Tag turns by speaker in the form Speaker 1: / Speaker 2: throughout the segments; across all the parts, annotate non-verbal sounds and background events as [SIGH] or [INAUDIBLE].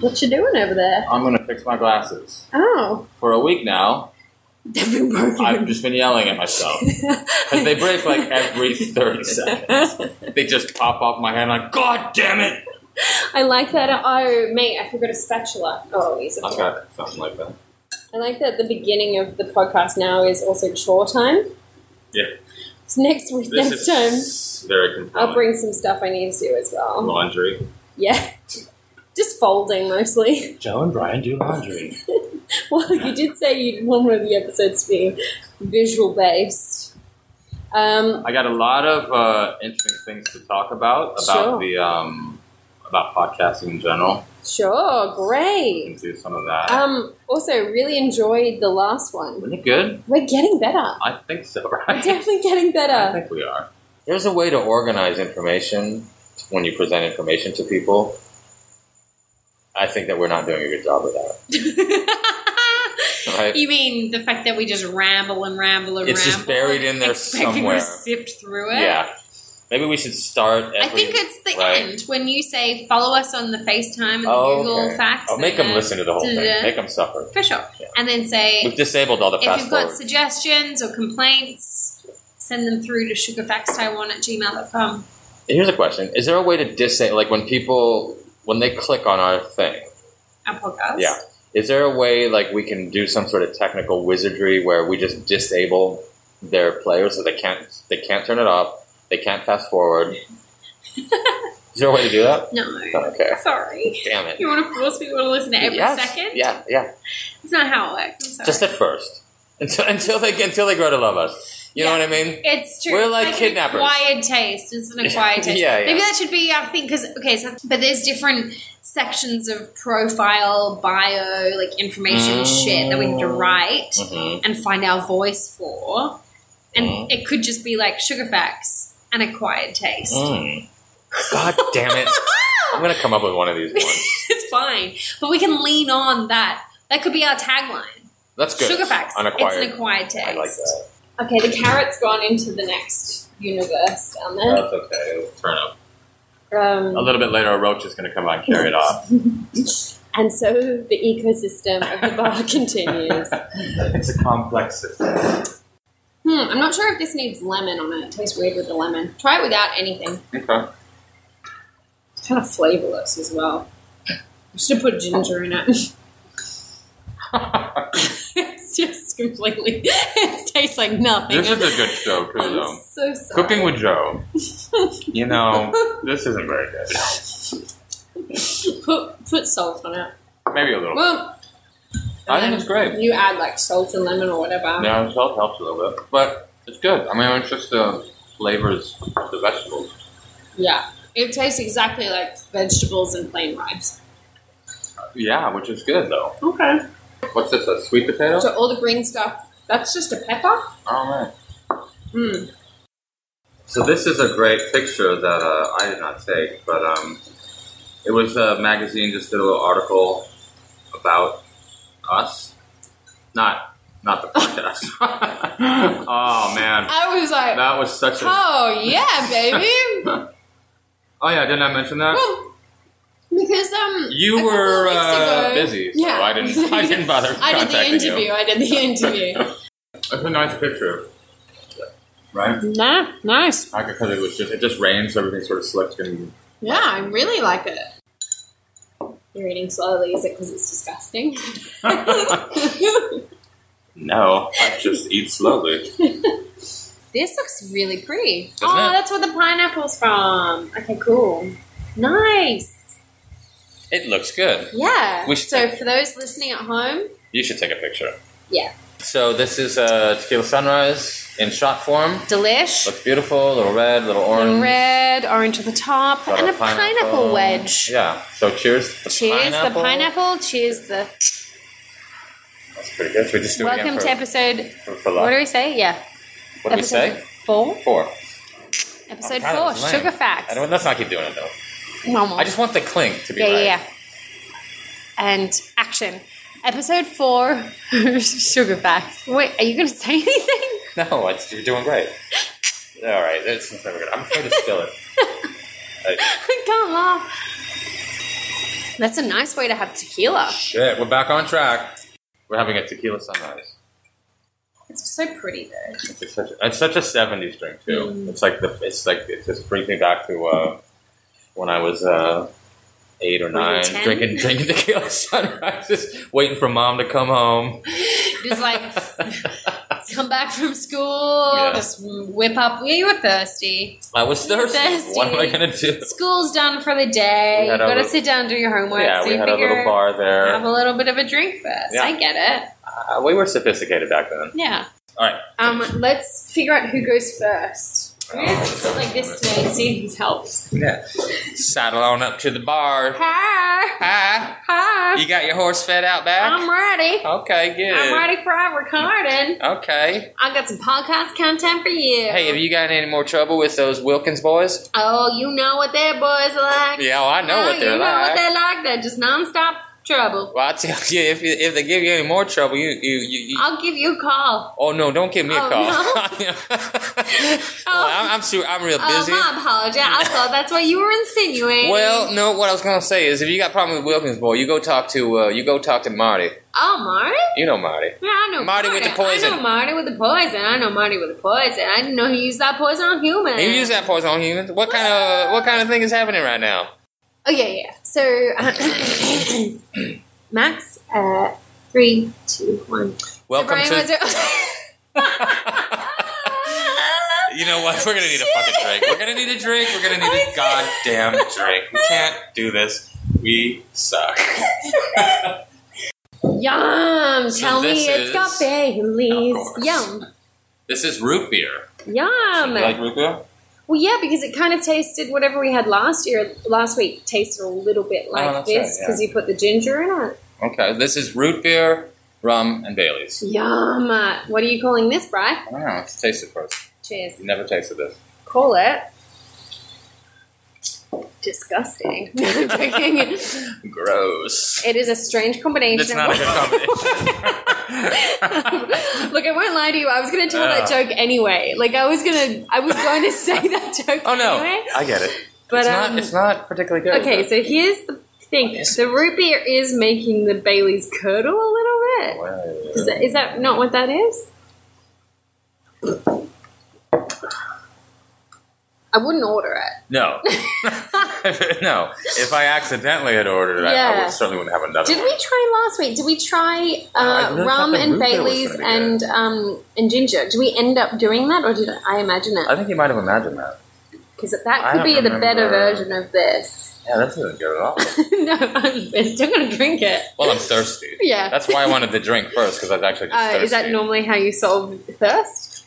Speaker 1: What you doing over there?
Speaker 2: I'm gonna fix my glasses.
Speaker 1: Oh,
Speaker 2: For a week now,
Speaker 1: they've been broken.
Speaker 2: I've just been yelling at myself. Because they break like every 30 seconds. They just pop off my hand like, God damn it!
Speaker 1: [LAUGHS] I like that. Oh, mate, I forgot a spatula. Oh, he's a
Speaker 2: I got something like that.
Speaker 1: I like that the beginning of the podcast now is also chore time.
Speaker 2: Yeah.
Speaker 1: So next week,
Speaker 2: This
Speaker 1: next time,
Speaker 2: is very compelling.
Speaker 1: I'll bring some stuff I need to do as well.
Speaker 2: Laundry.
Speaker 1: Yeah. [LAUGHS] Just folding mostly.
Speaker 3: Joe and Brian do laundry.
Speaker 1: [LAUGHS] Well, you did say you'd want one of the episodes to be visual based. Um,
Speaker 2: I got a lot of uh, interesting things to talk about about
Speaker 1: Sure.
Speaker 2: the um, about podcasting in general.
Speaker 1: sure,
Speaker 2: We
Speaker 1: great.
Speaker 2: can do some of that.
Speaker 1: Um, also, really enjoyed the last one.
Speaker 2: Wasn't it good?
Speaker 1: We're getting better.
Speaker 2: I think so, [LAUGHS]
Speaker 1: We're
Speaker 2: right?
Speaker 1: definitely getting
Speaker 2: I
Speaker 1: better.
Speaker 2: think we are. There's a way to organize information when you present information to people. I think that we're not doing a good job of
Speaker 4: [LAUGHS]
Speaker 2: that. Right?
Speaker 4: You mean the fact that we just ramble and ramble and
Speaker 2: It's
Speaker 4: ramble?
Speaker 2: just buried in there
Speaker 4: expecting
Speaker 2: somewhere.
Speaker 4: To sift through it.
Speaker 2: Yeah. Maybe we should start every.
Speaker 4: I think it's the
Speaker 2: right.
Speaker 4: end when you say follow us on the FaceTime and the
Speaker 2: Oh,
Speaker 4: Google
Speaker 2: okay.
Speaker 4: Facts.
Speaker 2: Oh, make
Speaker 4: and
Speaker 2: them
Speaker 4: the-
Speaker 2: listen to the whole thing.
Speaker 4: Da-da-da.
Speaker 2: Make them suffer.
Speaker 4: For sure.
Speaker 2: Yeah.
Speaker 4: And then say
Speaker 2: We've disabled all the
Speaker 4: if
Speaker 2: fast
Speaker 4: you've got
Speaker 2: forwards.
Speaker 4: suggestions or complaints, send them through to sugarfactstaiwan at gmail.com.
Speaker 2: Here's a question: Is there a way to disable, like when people when they click on our thing?
Speaker 4: Our podcast.
Speaker 2: Yeah. Is there a way like we can do some sort of technical wizardry where we just disable their player so they can't they can't turn it off, they can't fast forward? Is there a way to do that?
Speaker 4: No.
Speaker 2: Okay,
Speaker 4: Sorry.
Speaker 2: damn it.
Speaker 4: You want to force people to listen to every
Speaker 2: Yes.
Speaker 4: second?
Speaker 2: Yeah, yeah.
Speaker 4: It's not how it works. I'm sorry.
Speaker 2: Just at first, until until they until they grow to love us. You know
Speaker 4: Yeah.
Speaker 2: what I mean?
Speaker 4: It's true.
Speaker 2: We're
Speaker 4: It's
Speaker 2: like
Speaker 4: an
Speaker 2: kidnappers.
Speaker 4: Acquired taste. It's an acquired
Speaker 2: [LAUGHS]
Speaker 4: taste.
Speaker 2: Yeah, yeah.
Speaker 4: Maybe that should be our thing because okay, so, but there's different sections of profile, bio, like information
Speaker 2: Mm.
Speaker 4: shit that we have to write
Speaker 2: Mhm.
Speaker 4: and find our voice for, and
Speaker 2: Mm.
Speaker 4: it could just be like sugar facts and acquired taste.
Speaker 2: Mm. God damn it! I'm gonna come up with one of these ones.
Speaker 4: [LAUGHS] it's fine, but we can lean on that. That could be our tagline.
Speaker 2: That's good.
Speaker 4: Sugar facts.
Speaker 2: Unacquired.
Speaker 4: It's an acquired taste.
Speaker 2: I like that.
Speaker 1: Okay, the carrot's gone into the next universe down there.
Speaker 2: That's okay. It'll turn up. A
Speaker 1: Um,
Speaker 2: little bit later, a roach is gonna come out and carry it off.
Speaker 1: and so the ecosystem of the bar [LAUGHS] continues.
Speaker 2: [LAUGHS] it's a complex system.
Speaker 1: Hmm, I'm not sure if this needs lemon on it. It tastes weird with the lemon. Try it without anything.
Speaker 2: Okay.
Speaker 1: It's kind of flavorless as well. You should have put ginger in it. [LAUGHS] it's just completely. It tastes like nothing.
Speaker 2: This is a good show too,
Speaker 1: I'm
Speaker 2: though.
Speaker 1: so sorry.
Speaker 2: Cooking with Joe. You know,
Speaker 1: [LAUGHS]
Speaker 2: this isn't very good.
Speaker 1: Put put salt on it.
Speaker 2: Maybe a little.
Speaker 1: Well,
Speaker 2: I think it's great.
Speaker 1: you add like salt and lemon or whatever.
Speaker 2: Yeah, salt helps a little bit, but it's good. I mean, it's just the flavors of the vegetables.
Speaker 1: Yeah. It tastes exactly like vegetables and plain rice.
Speaker 2: Yeah, which is good though.
Speaker 1: Okay.
Speaker 2: What's this? A sweet potato?
Speaker 1: So all the green stuff, that's just a pepper?
Speaker 2: Oh man.
Speaker 1: Mm.
Speaker 2: So this is a great picture that uh, I did not take, but um, it was a magazine just did a little article about us, not not the podcast. [LAUGHS] oh man,
Speaker 1: I was like,
Speaker 2: that was such a.
Speaker 1: oh yeah,
Speaker 2: [LAUGHS]
Speaker 1: baby.
Speaker 2: Oh yeah, didn't I mention that?
Speaker 1: Well, because um, a
Speaker 2: You
Speaker 1: couple
Speaker 2: were
Speaker 1: of weeks
Speaker 2: uh,
Speaker 1: ago-
Speaker 2: busy, so
Speaker 1: Yeah.
Speaker 2: I didn't. I didn't bother
Speaker 1: [LAUGHS] I did the
Speaker 2: contacting
Speaker 1: interview.
Speaker 2: you.
Speaker 1: I did the interview.
Speaker 2: It's a nice picture,
Speaker 1: [LAUGHS]
Speaker 2: right?
Speaker 1: nah, nice.
Speaker 2: Like because it was just it just rained, so everything sort of
Speaker 1: [LAUGHS]
Speaker 2: slipped and
Speaker 1: Yeah, I really like it. You're eating slowly. Is it because it's disgusting? [LAUGHS]
Speaker 2: no, I just eat slowly.
Speaker 1: This looks really pretty.
Speaker 2: Doesn't
Speaker 1: oh,
Speaker 2: it?
Speaker 1: that's where the pineapple's from. Okay, cool. Nice.
Speaker 2: It looks good.
Speaker 1: Yeah.
Speaker 2: We should
Speaker 1: so for those listening at home,
Speaker 2: You should take a picture.
Speaker 1: Yeah.
Speaker 2: So this is uh, tequila sunrise in shot form.
Speaker 1: delish.
Speaker 2: Looks beautiful. Little red, little orange.
Speaker 1: Little red, orange at the top,
Speaker 2: got
Speaker 1: and a pineapple, wedge.
Speaker 2: Yeah. So cheers. to The
Speaker 1: Cheers
Speaker 2: pineapple.
Speaker 1: the pineapple. Cheers the.
Speaker 2: That's pretty good. Should we just do it
Speaker 1: Welcome
Speaker 2: again
Speaker 1: to
Speaker 2: for,
Speaker 1: episode.
Speaker 2: for, for luck?
Speaker 1: What do we say? Yeah.
Speaker 2: What do we
Speaker 1: episode
Speaker 2: say?
Speaker 1: Four.
Speaker 2: Four.
Speaker 1: Episode
Speaker 2: I'm kind
Speaker 1: four.
Speaker 2: of lame.
Speaker 1: Sugar
Speaker 2: I
Speaker 1: facts.
Speaker 2: don't, let's not keep doing it though.
Speaker 1: One more.
Speaker 2: I just want the clink to be
Speaker 1: yeah,
Speaker 2: right.
Speaker 1: yeah, yeah. And action. Episode four. [LAUGHS] sugar facts. Wait, are you gonna say [LAUGHS] anything?
Speaker 2: No, it's, you're
Speaker 1: [LAUGHS]
Speaker 2: doing great. All right, that's
Speaker 1: [LAUGHS]
Speaker 2: never good. I'm afraid to spill it.
Speaker 1: I can't laugh.
Speaker 5: That's a nice way to have tequila.
Speaker 2: Shit, we're back on track. We're having a tequila sunrise.
Speaker 1: It's so pretty though.
Speaker 2: It's, just such, it's such a '70s drink too.
Speaker 1: Mm.
Speaker 2: It's like the it's like it just brings me back to uh, when I was uh, eight or
Speaker 1: you
Speaker 2: nine,
Speaker 1: 10?
Speaker 2: drinking drinking tequila [LAUGHS] sunrises, waiting for mom to come
Speaker 1: [LAUGHS]
Speaker 2: home.
Speaker 1: Just like come back from school,
Speaker 2: Yeah.
Speaker 1: just whip up. Yeah, you were thirsty.
Speaker 2: I was thirsty.
Speaker 1: Thirsty.
Speaker 2: What am I gonna do?
Speaker 1: School's done for the day.
Speaker 2: We
Speaker 1: You
Speaker 2: had our
Speaker 1: gotta
Speaker 2: little-
Speaker 1: sit down, do your homework.
Speaker 2: yeah,
Speaker 1: so
Speaker 2: we
Speaker 1: you
Speaker 2: had a
Speaker 1: figure
Speaker 2: little bar
Speaker 1: have
Speaker 2: there.
Speaker 1: a little bit of a drink first.
Speaker 2: Yeah.
Speaker 1: I get it.
Speaker 2: Uh, we were sophisticated back then.
Speaker 1: Yeah.
Speaker 2: All right.
Speaker 1: Um, let's figure out who goes first. We're gonna
Speaker 2: Oh,
Speaker 1: sit like this today, see if this helps.
Speaker 2: Yeah. Saddle on up to the bar.
Speaker 1: Hi.
Speaker 2: Hi.
Speaker 1: Hi.
Speaker 2: You got your horse fed out back?
Speaker 1: I'm ready.
Speaker 2: okay, good.
Speaker 1: I'm ready for our recording.
Speaker 2: Okay.
Speaker 1: I got some podcast content for you.
Speaker 2: Hey, have you got any more trouble with those Wilkins boys?
Speaker 1: Oh, you know what their boys like.
Speaker 2: Yeah, well, I know
Speaker 1: oh,
Speaker 2: what they're
Speaker 1: you know
Speaker 2: like.
Speaker 1: what they're like. They're just nonstop trouble.
Speaker 2: well, I tell you, if, if they give you any more trouble, you you you. you
Speaker 1: I'll give you a call.
Speaker 2: oh no! Don't give me a
Speaker 1: Oh,
Speaker 2: call. [LAUGHS]
Speaker 1: no? [LAUGHS]
Speaker 2: Well, I'm, I'm su- I'm real
Speaker 1: Oh,
Speaker 2: busy.
Speaker 1: my apologies. I thought that's what you were insinuating.
Speaker 2: well, no. What I was gonna say is, if you got a problem with Wilkins boy, you go talk to uh, you go talk to Marty.
Speaker 1: oh, Marty?
Speaker 2: You know Marty.
Speaker 1: Yeah, I know
Speaker 2: Marty with the
Speaker 1: I
Speaker 2: poison.
Speaker 1: know Marty with the poison. I know Marty with the poison. I didn't know he used that poison on humans.
Speaker 2: You use that poison on humans. What kind of what kind of thing is happening right now?
Speaker 1: Oh yeah, yeah. So [COUGHS] Max, uh, three, two, one.
Speaker 2: Welcome
Speaker 1: so Brian
Speaker 2: to.
Speaker 1: was.
Speaker 2: [LAUGHS] You know what? We're gonna need a fucking drink. We're gonna need a drink. We're gonna
Speaker 1: [LAUGHS] Oh,
Speaker 2: need a goddamn drink. We can't do this. We suck.
Speaker 1: [LAUGHS] Yum!
Speaker 2: So
Speaker 1: Tell
Speaker 2: this
Speaker 1: me it's got
Speaker 2: is-
Speaker 1: Bailey's.
Speaker 2: Of course.
Speaker 1: Yum.
Speaker 2: This is root beer.
Speaker 1: Yum.
Speaker 2: you like root beer?
Speaker 1: well, yeah, because it kind of tasted whatever we had last year, last week, tasted a little bit like
Speaker 2: Oh, that's
Speaker 1: this
Speaker 2: right,
Speaker 1: because you put the ginger in it.
Speaker 2: Okay, this is root beer, rum, and Bailey's.
Speaker 1: Yum. Uh, What are you calling this, Bri?
Speaker 2: I don't know. Let's taste it first.
Speaker 1: Cheers.
Speaker 2: You never tasted this.
Speaker 1: Call it. Disgusting. [LAUGHS] I'm joking.
Speaker 2: Gross.
Speaker 1: It is a strange combination.
Speaker 2: That's
Speaker 1: of
Speaker 2: not a good combination.
Speaker 1: [LAUGHS]
Speaker 2: [LAUGHS]
Speaker 1: Look, I won't lie to you. I was going to tell
Speaker 2: Uh.
Speaker 1: that joke anyway. Like I was going to, I was going to say
Speaker 2: [LAUGHS]
Speaker 1: that joke.
Speaker 2: oh no!
Speaker 1: anyway.
Speaker 2: I get it.
Speaker 1: But
Speaker 2: it's,
Speaker 1: um,
Speaker 2: not, it's not particularly good.
Speaker 1: okay. So here's the thing:
Speaker 2: Yes.
Speaker 1: the root beer is making the Bailey's curdle a little bit. Is that, is that not what that is? I wouldn't order it. [LAUGHS]
Speaker 2: No. [LAUGHS] no. If I accidentally had ordered it, I, I
Speaker 1: Yeah.
Speaker 2: would, certainly wouldn't have another
Speaker 1: Did
Speaker 2: one.
Speaker 1: we try last week? Did we try
Speaker 2: I
Speaker 1: uh,
Speaker 2: really thought
Speaker 1: rum
Speaker 2: the
Speaker 1: and
Speaker 2: root beer was
Speaker 1: Bailey's
Speaker 2: gonna be
Speaker 1: and um, and ginger? Did we end up doing that, or did I imagine it?
Speaker 2: I think you might have imagined that.
Speaker 1: Because
Speaker 2: I
Speaker 1: that could
Speaker 2: don't
Speaker 1: be the better
Speaker 2: remember.
Speaker 1: version of this. [LAUGHS]
Speaker 2: Yeah, that isn't good at all.
Speaker 1: no, I'm I'm still going to drink it.
Speaker 2: well, I'm thirsty.
Speaker 1: [LAUGHS] Yeah.
Speaker 2: That's why I wanted the drink first, because I was actually just
Speaker 1: uh,
Speaker 2: thirsty.
Speaker 1: is that normally how you solve thirst?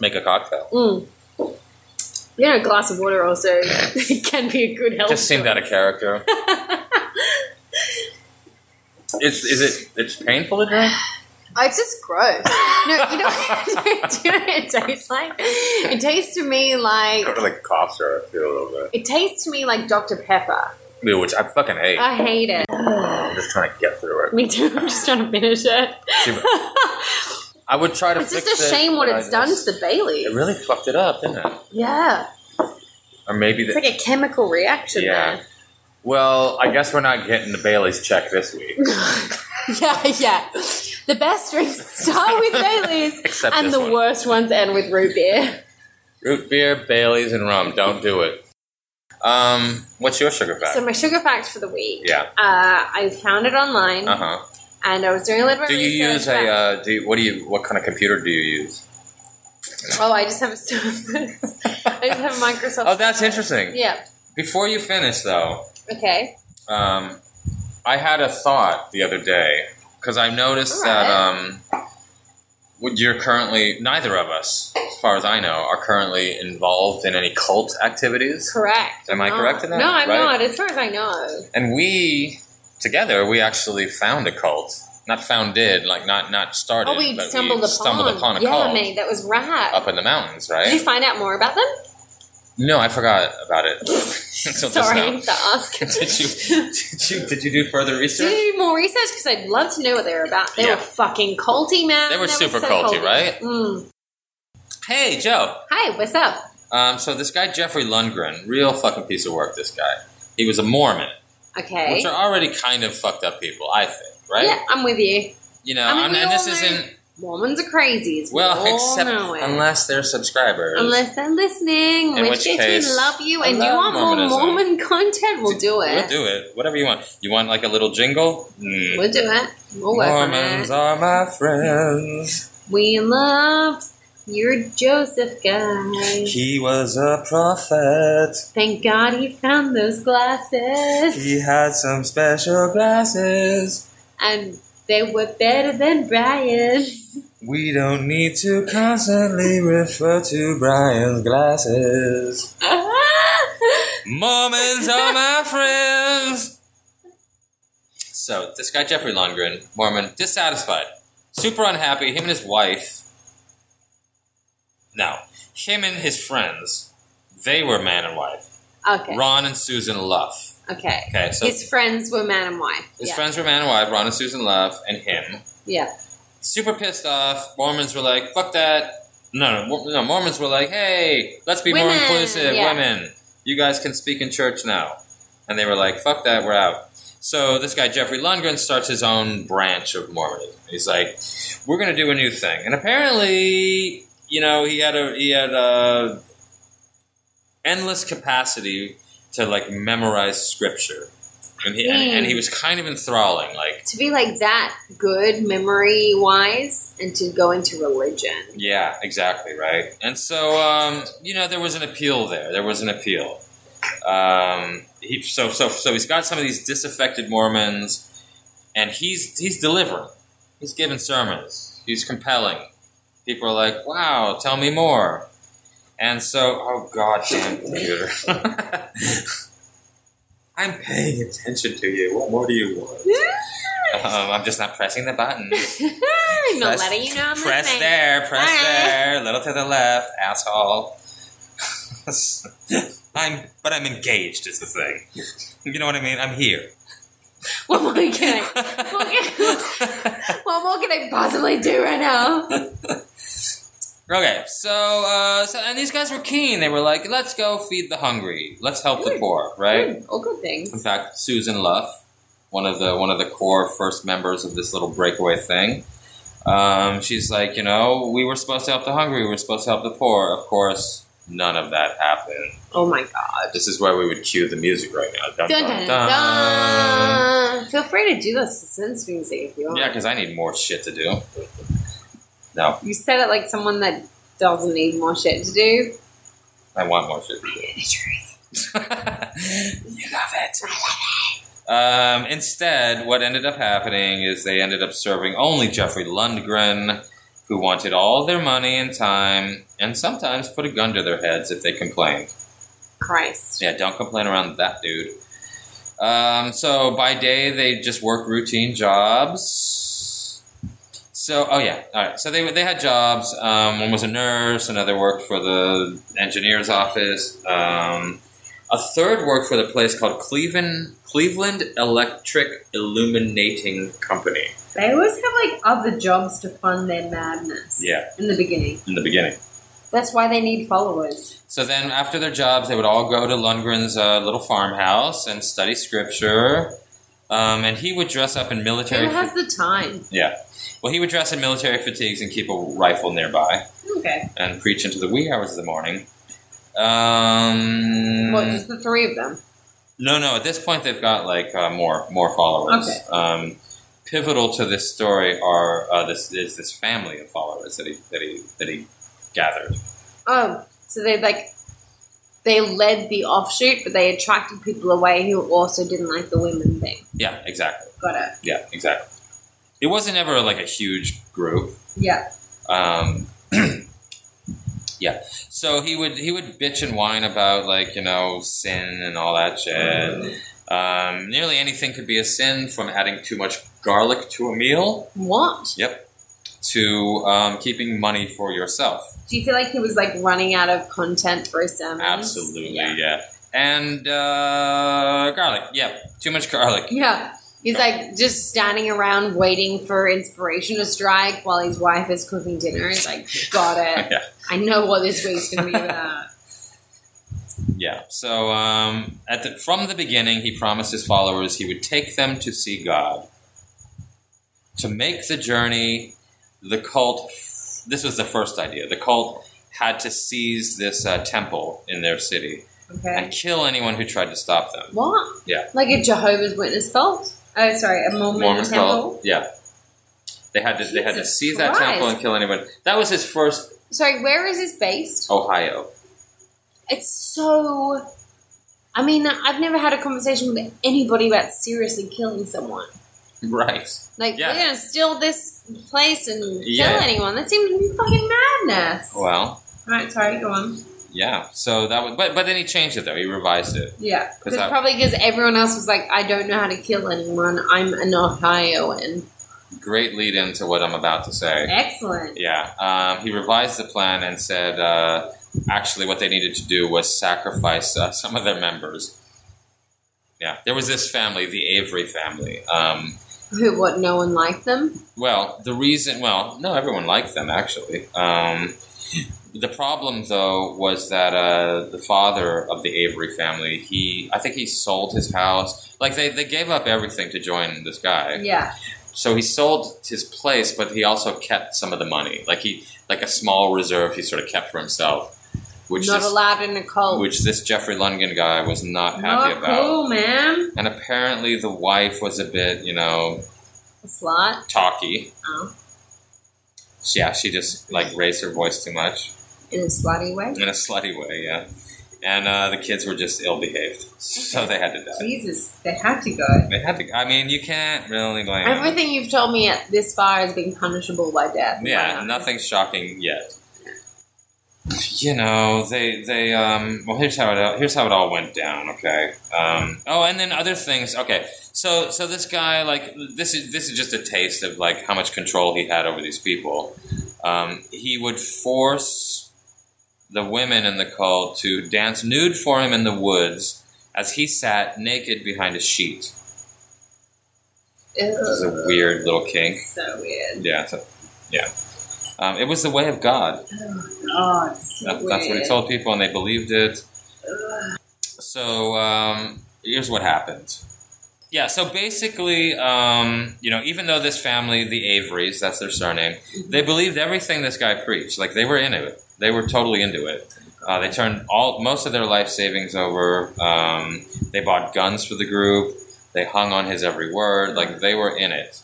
Speaker 2: Make a cocktail.
Speaker 1: Mm. You know, a glass of water [LAUGHS] also can be a good help.
Speaker 2: Just seemed
Speaker 1: [LAUGHS]
Speaker 2: out of character. It's, is it it's painful to drink?
Speaker 1: Oh, it's just gross. No, you know, do you know what it [LAUGHS] tastes like? It tastes to me like.
Speaker 2: Sort of like cough syrup too a little bit.
Speaker 1: It tastes to me like Dr. Pepper.
Speaker 2: Yeah, Which I fucking hate. Uh,
Speaker 1: I hate it.
Speaker 2: I'm just trying to get through
Speaker 1: [LAUGHS]
Speaker 2: it.
Speaker 1: Me too. I'm just trying to finish it.
Speaker 2: I would try
Speaker 1: [LAUGHS]
Speaker 2: to
Speaker 1: It's
Speaker 2: fix
Speaker 1: just a shame
Speaker 2: it,
Speaker 1: what
Speaker 2: but I
Speaker 1: it's done to
Speaker 2: just-
Speaker 1: the Bailey's.
Speaker 2: It really fucked it up, didn't it?
Speaker 1: yeah.
Speaker 2: Or maybe
Speaker 1: It's
Speaker 2: the,
Speaker 1: like a chemical reaction
Speaker 2: Yeah.
Speaker 1: there. [LAUGHS]
Speaker 2: Well, I guess we're not getting the Bailey's check this week.
Speaker 1: [LAUGHS] Yeah, yeah. The best drinks start with Bailey's,
Speaker 2: Except
Speaker 1: and
Speaker 2: this
Speaker 1: the
Speaker 2: one.
Speaker 1: worst ones end with root beer.
Speaker 2: Root beer, Bailey's, and rum. Don't do it. Um, what's your sugar fact?
Speaker 1: So my sugar fact for the week.
Speaker 2: Yeah.
Speaker 1: Uh, I found it online,
Speaker 2: Uh huh.
Speaker 1: and I was doing a little bit.
Speaker 2: Do
Speaker 1: of
Speaker 2: you
Speaker 1: research
Speaker 2: use
Speaker 1: about-
Speaker 2: a? Uh, do you, what do you? What kind of computer do you use?
Speaker 1: Oh, I just have a Surface. [LAUGHS] I just have a Microsoft.
Speaker 2: uh, Oh, that's
Speaker 1: Surface.
Speaker 2: interesting.
Speaker 1: Yeah.
Speaker 2: Before you finish, though,
Speaker 1: Okay.
Speaker 2: um, I had a thought the other day because I noticed
Speaker 1: All
Speaker 2: that
Speaker 1: right.
Speaker 2: um, what you're currently neither of us, as far as I know, are currently involved in any cult activities.
Speaker 1: Correct.
Speaker 2: Am I
Speaker 1: Oh.
Speaker 2: correct in that?
Speaker 1: No, I'm
Speaker 2: Right?
Speaker 1: not. As far as I know.
Speaker 2: And we together we actually found a cult. Not founded, like not not started.
Speaker 1: Oh, we
Speaker 2: but
Speaker 1: stumbled
Speaker 2: we
Speaker 1: upon.
Speaker 2: stumbled upon a Oh,
Speaker 1: yeah,
Speaker 2: cult
Speaker 1: mate, that was rad.
Speaker 2: up in the mountains,
Speaker 1: Did you
Speaker 2: right?
Speaker 1: find out more about them?
Speaker 2: [LAUGHS] No, I forgot about it. [LAUGHS] Until just
Speaker 1: Sorry
Speaker 2: now.
Speaker 1: to ask.
Speaker 2: [LAUGHS] did you did you did you do further
Speaker 1: Did [LAUGHS]
Speaker 2: research?
Speaker 1: you do more research? Because I'd love to know what they were about. They
Speaker 2: Yeah.
Speaker 1: were fucking culty, man.
Speaker 2: They were super
Speaker 1: so
Speaker 2: culty, right?
Speaker 1: Mm.
Speaker 2: Hey, Joe.
Speaker 1: Hi, what's up?
Speaker 2: Um, so this guy Jeffrey Lundgren, real fucking piece of work. This guy. He was a Mormon.
Speaker 4: Okay.
Speaker 2: which are already kind of fucked up people, I think, right?
Speaker 4: Yeah, I'm with you.
Speaker 2: You know,
Speaker 4: I mean,
Speaker 2: and-
Speaker 4: we
Speaker 2: and
Speaker 4: all
Speaker 2: this
Speaker 4: know-
Speaker 2: isn't
Speaker 4: Mormons are crazies.
Speaker 2: well,
Speaker 4: we all
Speaker 2: except
Speaker 4: know it.
Speaker 2: unless they're subscribers.
Speaker 4: Unless they're listening,
Speaker 2: In
Speaker 4: which,
Speaker 2: which
Speaker 4: case,
Speaker 2: case,
Speaker 4: we love you,
Speaker 2: I
Speaker 4: and you
Speaker 2: love
Speaker 4: want
Speaker 2: Mormonism.
Speaker 4: more Mormon [LAUGHS] content, we'll do
Speaker 2: we'll
Speaker 4: it.
Speaker 2: do it. Whatever you want. You want like a little jingle? Mm.
Speaker 4: We'll do it. We'll work
Speaker 2: Mormons
Speaker 4: on it.
Speaker 2: are my friends.
Speaker 4: We love your Joseph guy.
Speaker 2: He was a prophet.
Speaker 4: Thank God he found those glasses,
Speaker 2: He had some special glasses.
Speaker 4: and they were better
Speaker 2: [LAUGHS]
Speaker 4: than Brian's.
Speaker 2: We don't need to constantly refer to Brian's glasses. Mormons are my friends. So this guy Jeffrey Lundgren, Mormon, dissatisfied, super unhappy. Him and his wife. No, him and his friends. They were man and wife.
Speaker 4: okay,
Speaker 2: Ron and Susan Luff.
Speaker 4: okay.
Speaker 2: Okay, so
Speaker 4: His friends were man and wife.
Speaker 2: his
Speaker 4: yeah.
Speaker 2: friends were man and wife. Ron and Susan Luff, and him.
Speaker 4: yeah.
Speaker 2: super pissed off. Mormons were like, "Fuck that!" No, no, Mor- no Mormons were like, "Hey, let's be more
Speaker 4: Women,
Speaker 2: inclusive,
Speaker 4: yeah.
Speaker 2: women. You guys can speak in church now." And they were like, "Fuck that, we're out." So this guy Jeffrey Lundgren starts his own branch of Mormonism. He's like, "We're gonna do a new thing," and apparently, you know, he had a he had a endless capacity to like memorize scripture. And he, and,
Speaker 4: Hmm.
Speaker 2: and he was kind of enthralling, like,
Speaker 4: To be like that good memory wise, and to go into religion. [LAUGHS]
Speaker 2: Yeah, exactly right. And so, um, you know, there was an appeal there. There was an appeal. Um, he so so so he's got some of these disaffected Mormons, and he's he's delivering. He's giving sermons. He's compelling. People are like, "Wow, tell me more." And so, oh god, damn computer! [LAUGHS] I'm paying attention to you. What more do you want? Um, I'm just not pressing the button.
Speaker 4: I'm not
Speaker 2: Press-
Speaker 4: letting you know I'm
Speaker 2: Press
Speaker 4: listening.
Speaker 2: there, press
Speaker 4: Alright.
Speaker 2: there, little to the left, asshole. [LAUGHS] I'm, but I'm engaged is the thing. You know what I mean? I'm here.
Speaker 4: [LAUGHS] What more can I? What more can I possibly do right now?
Speaker 2: [LAUGHS] okay, so, uh, so and these guys were keen. They were like, let's go feed the hungry, let's help the poor, right?
Speaker 4: Hmm, All good things.
Speaker 2: In fact, Susan Luff, one of the one of the core first members of this little breakaway thing, um, she's like, you know, we were supposed to help the hungry, we were supposed to help the poor. Of course, none of that happened.
Speaker 4: Oh my god.
Speaker 2: This is why we would cue the music right now. Dun,
Speaker 4: Dun,
Speaker 2: dun,
Speaker 4: dun,
Speaker 2: dun.
Speaker 1: Uh,
Speaker 4: dun. Feel free to do this to sense music if you want.
Speaker 2: Yeah, because I need more shit to do. No,
Speaker 4: You said it like someone that doesn't need more shit to do.
Speaker 2: I want more shit to do. [LAUGHS]
Speaker 4: The truth.
Speaker 2: you love it. I love it. Um, instead, what ended up happening is they ended up serving only Jeffrey Lundgren, who wanted all their money and time, and sometimes put a gun to their heads if they complained.
Speaker 4: Christ.
Speaker 2: Yeah, don't complain around that dude. Um, so by day they just worked routine jobs. So oh yeah, all right. So they they had jobs. Um, one was a nurse. Another worked for the engineer's office. Um, a third worked for the place called Cleveland Cleveland Electric Illuminating Company.
Speaker 4: They always have like other jobs to fund their madness.
Speaker 2: Yeah,
Speaker 4: In the beginning.
Speaker 2: in the beginning.
Speaker 4: That's why they need followers.
Speaker 2: So then, after their jobs, they would all go to Lundgren's uh, little farmhouse and study scripture. Um, and he would dress up in
Speaker 4: Who
Speaker 2: military.
Speaker 4: has the time?
Speaker 2: well, he would dress in military fatigues and keep a rifle nearby
Speaker 4: Okay.
Speaker 2: and preach into the wee hours of the morning. Um,
Speaker 4: Well, just the three of them.
Speaker 2: no, no. At this point, they've got like uh, more more followers.
Speaker 4: Okay.
Speaker 2: Um, pivotal to this story are uh, this is this family of followers that he that he that he gathered.
Speaker 4: Oh, so they like they led the offshoot, but they attracted people away who also didn't like the women thing.
Speaker 2: Yeah, exactly.
Speaker 4: Got it.
Speaker 2: Yeah, exactly. It wasn't ever like a huge group.
Speaker 4: Yeah.
Speaker 2: Um, [CLEARS THROAT] yeah. So he would he would bitch and whine about like you know sin and all that shit. Um, nearly anything could be a sin, from adding too much garlic to a meal
Speaker 4: What?
Speaker 2: to um, keeping money for yourself.
Speaker 4: Do you feel like he was like running out of content for his sermons?
Speaker 2: Absolutely, yeah.
Speaker 4: Yeah.
Speaker 2: And uh, garlic, yeah, too much garlic.
Speaker 4: Yeah. He's like just standing around waiting for inspiration to strike while his wife is cooking dinner. It's like, got it.
Speaker 2: [LAUGHS] Yeah. [LAUGHS]
Speaker 4: I know what this week's gonna be about.
Speaker 2: Yeah. So um, at the, from the beginning, he promised his followers he would take them to see God. To make the journey, the cult. This was the first idea. The cult had to seize this uh, temple in their city
Speaker 1: Okay.
Speaker 2: and kill anyone who tried to stop them.
Speaker 1: What?
Speaker 2: Yeah.
Speaker 1: Like a Jehovah's Witness cult? Oh, sorry, a Mormon,
Speaker 2: Mormon
Speaker 1: temple.
Speaker 2: cult. Yeah. They had to. they had to
Speaker 1: Jesus
Speaker 2: seize that
Speaker 1: Christ.
Speaker 2: temple and kill anyone. That was his first
Speaker 1: Sorry, where is this based?
Speaker 2: Ohio.
Speaker 1: [LAUGHS] It's so. I mean, I've never had a conversation with anybody about seriously killing someone.
Speaker 2: Right.
Speaker 1: Like,
Speaker 2: Yeah.
Speaker 1: we're gonna steal this place and
Speaker 2: Yeah.
Speaker 1: kill anyone. That seems fucking madness.
Speaker 2: Well.
Speaker 1: Alright, sorry, go on.
Speaker 2: Yeah. So that was. But but then he changed it though. He revised it.
Speaker 1: Yeah.
Speaker 2: 'Cause
Speaker 1: Cause
Speaker 2: I-
Speaker 1: probably because everyone else was like, I don't know how to kill anyone. I'm an Ohioan.
Speaker 2: Great lead into what I'm about to say.
Speaker 1: Excellent. [LAUGHS]
Speaker 2: Yeah, um, he revised the plan and said uh, actually what they needed to do was sacrifice uh, some of their members. Yeah, there was this family, the Avery family. Um,
Speaker 1: Who, what, no one liked them?
Speaker 2: well, the reason, well, no, everyone liked them actually. Um, the problem though was that uh, the father of the Avery family, he, I think he sold his house. Like they, they gave up everything to join this guy
Speaker 1: Yeah.
Speaker 2: so he sold his place, but he also kept some of the money, like he like a small reserve he sort of kept for himself, which
Speaker 1: Not
Speaker 2: this,
Speaker 1: allowed in a cult.
Speaker 2: which this Jeffrey Lundgren guy was not happy
Speaker 1: Not
Speaker 2: about.
Speaker 1: cool, man.
Speaker 2: And apparently the wife was a bit, you know,
Speaker 1: A slut.
Speaker 2: talky.
Speaker 1: Oh.
Speaker 2: So, Yeah, she just like raised her voice too much
Speaker 1: In a slutty way.
Speaker 2: in a slutty way. Yeah, and uh, the kids were just ill behaved, so they had to die.
Speaker 1: Jesus, they had to go.
Speaker 2: They had to. I mean, you can't really blame.
Speaker 1: Everything you've told me at this far has been punishable by death.
Speaker 2: Yeah,
Speaker 1: Wow.
Speaker 2: nothing's shocking yet. You know, they they um. Well, here's how it here's how it all went down. Okay. Um. Oh, and then other things. Okay. So so this guy like this is this is just a taste of like how much control he had over these people. Um, he would force the women in the cult to dance nude for him in the woods as he sat naked behind a sheet. This is a
Speaker 1: Ugh.
Speaker 2: weird little kink.
Speaker 1: So weird.
Speaker 2: Yeah. It's a, yeah. Um, it was the way of God.
Speaker 1: Oh, it's so
Speaker 2: That's, that's what he
Speaker 1: weird.
Speaker 2: told people, and they believed it.
Speaker 1: Ugh.
Speaker 2: So um, here's what happened. Yeah, so basically, um, you know, even though this family, the Averys, that's their surname, they believed everything this guy preached. Like they were into it. They were totally into it. Uh, they turned all most of their life savings over. Um, they bought guns for the group. They hung on his every word. Like they were in it.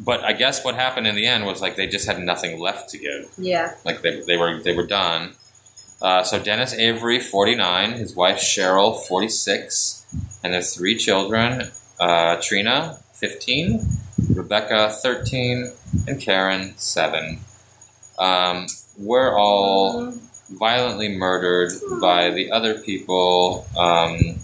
Speaker 2: But I guess what happened in the end was like they just had nothing left to give
Speaker 1: Yeah.
Speaker 2: like they, they were they were done. Uh, so Dennis Avery, forty nine, his wife Cheryl, forty six, and their three children: uh, Trina, fifteen, Rebecca, thirteen, and Karen, seven. Um, were all
Speaker 1: Mm-hmm.
Speaker 2: violently murdered by the other people. Um,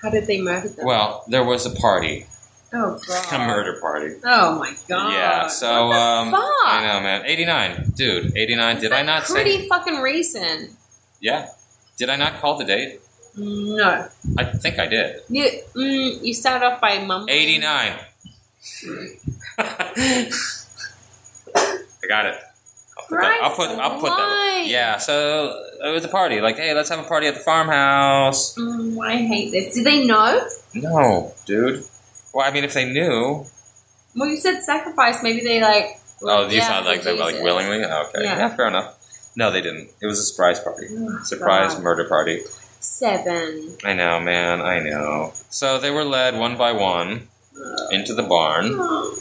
Speaker 1: How did they murder them?
Speaker 2: well, there was a party,
Speaker 1: oh god.
Speaker 2: a murder party.
Speaker 1: Oh my god.
Speaker 2: Yeah, so
Speaker 1: What the
Speaker 2: um,
Speaker 1: fuck?
Speaker 2: I know, man. Eighty nine, dude. Eighty nine. Did I
Speaker 1: That's
Speaker 2: not say?
Speaker 1: Pretty fucking recent.
Speaker 2: Yeah. Did I not call the date?
Speaker 1: No.
Speaker 2: I think I did.
Speaker 1: You mm, you started off by mumbling.
Speaker 2: 89. [LAUGHS] I got it. I'll put that. I'll put, I'll put that.
Speaker 1: Christ
Speaker 2: Yeah, so it was a party. Like, hey, let's have a party at the farmhouse.
Speaker 1: alive. Mm, I hate this. Do they know?
Speaker 2: No, dude. Well, I mean, if they knew.
Speaker 1: Well, you said sacrifice. Maybe they like.
Speaker 2: Oh, you
Speaker 1: yeah,
Speaker 2: sound like they were like
Speaker 1: Jesus.
Speaker 2: willingly? Okay.
Speaker 1: Yeah.
Speaker 2: Yeah. fair enough. No, they didn't. It was a surprise party.
Speaker 1: Ugh,
Speaker 2: Surprise
Speaker 1: God.
Speaker 2: murder party.
Speaker 1: Seven.
Speaker 2: I know, man. I know. So they were led one by one into the barn.
Speaker 1: Oh.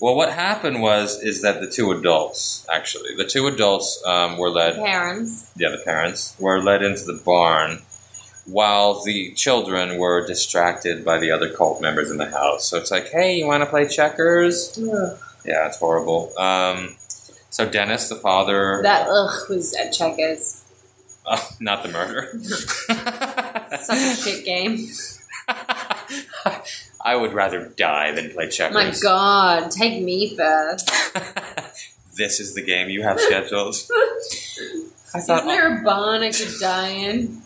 Speaker 2: Well, what happened was is that the two adults, actually, the two adults um, were led,
Speaker 1: Parents.
Speaker 2: yeah, the parents were led into the barn, while the children were distracted by the other cult members in the house. So it's like, hey, you want to play checkers?
Speaker 1: Ugh.
Speaker 2: Yeah, it's horrible. Um, so Dennis, the father,
Speaker 1: That ugh was at checkers.
Speaker 2: Uh, [LAUGHS] not the
Speaker 1: [LAUGHS]
Speaker 2: murder.
Speaker 1: Such
Speaker 2: [LAUGHS]
Speaker 1: a shit game.
Speaker 2: I would rather die than play checkers.
Speaker 1: My god, take me first.
Speaker 2: [LAUGHS] this is the game you have scheduled. I
Speaker 1: Isn't
Speaker 2: thought
Speaker 1: there a barn I could die in?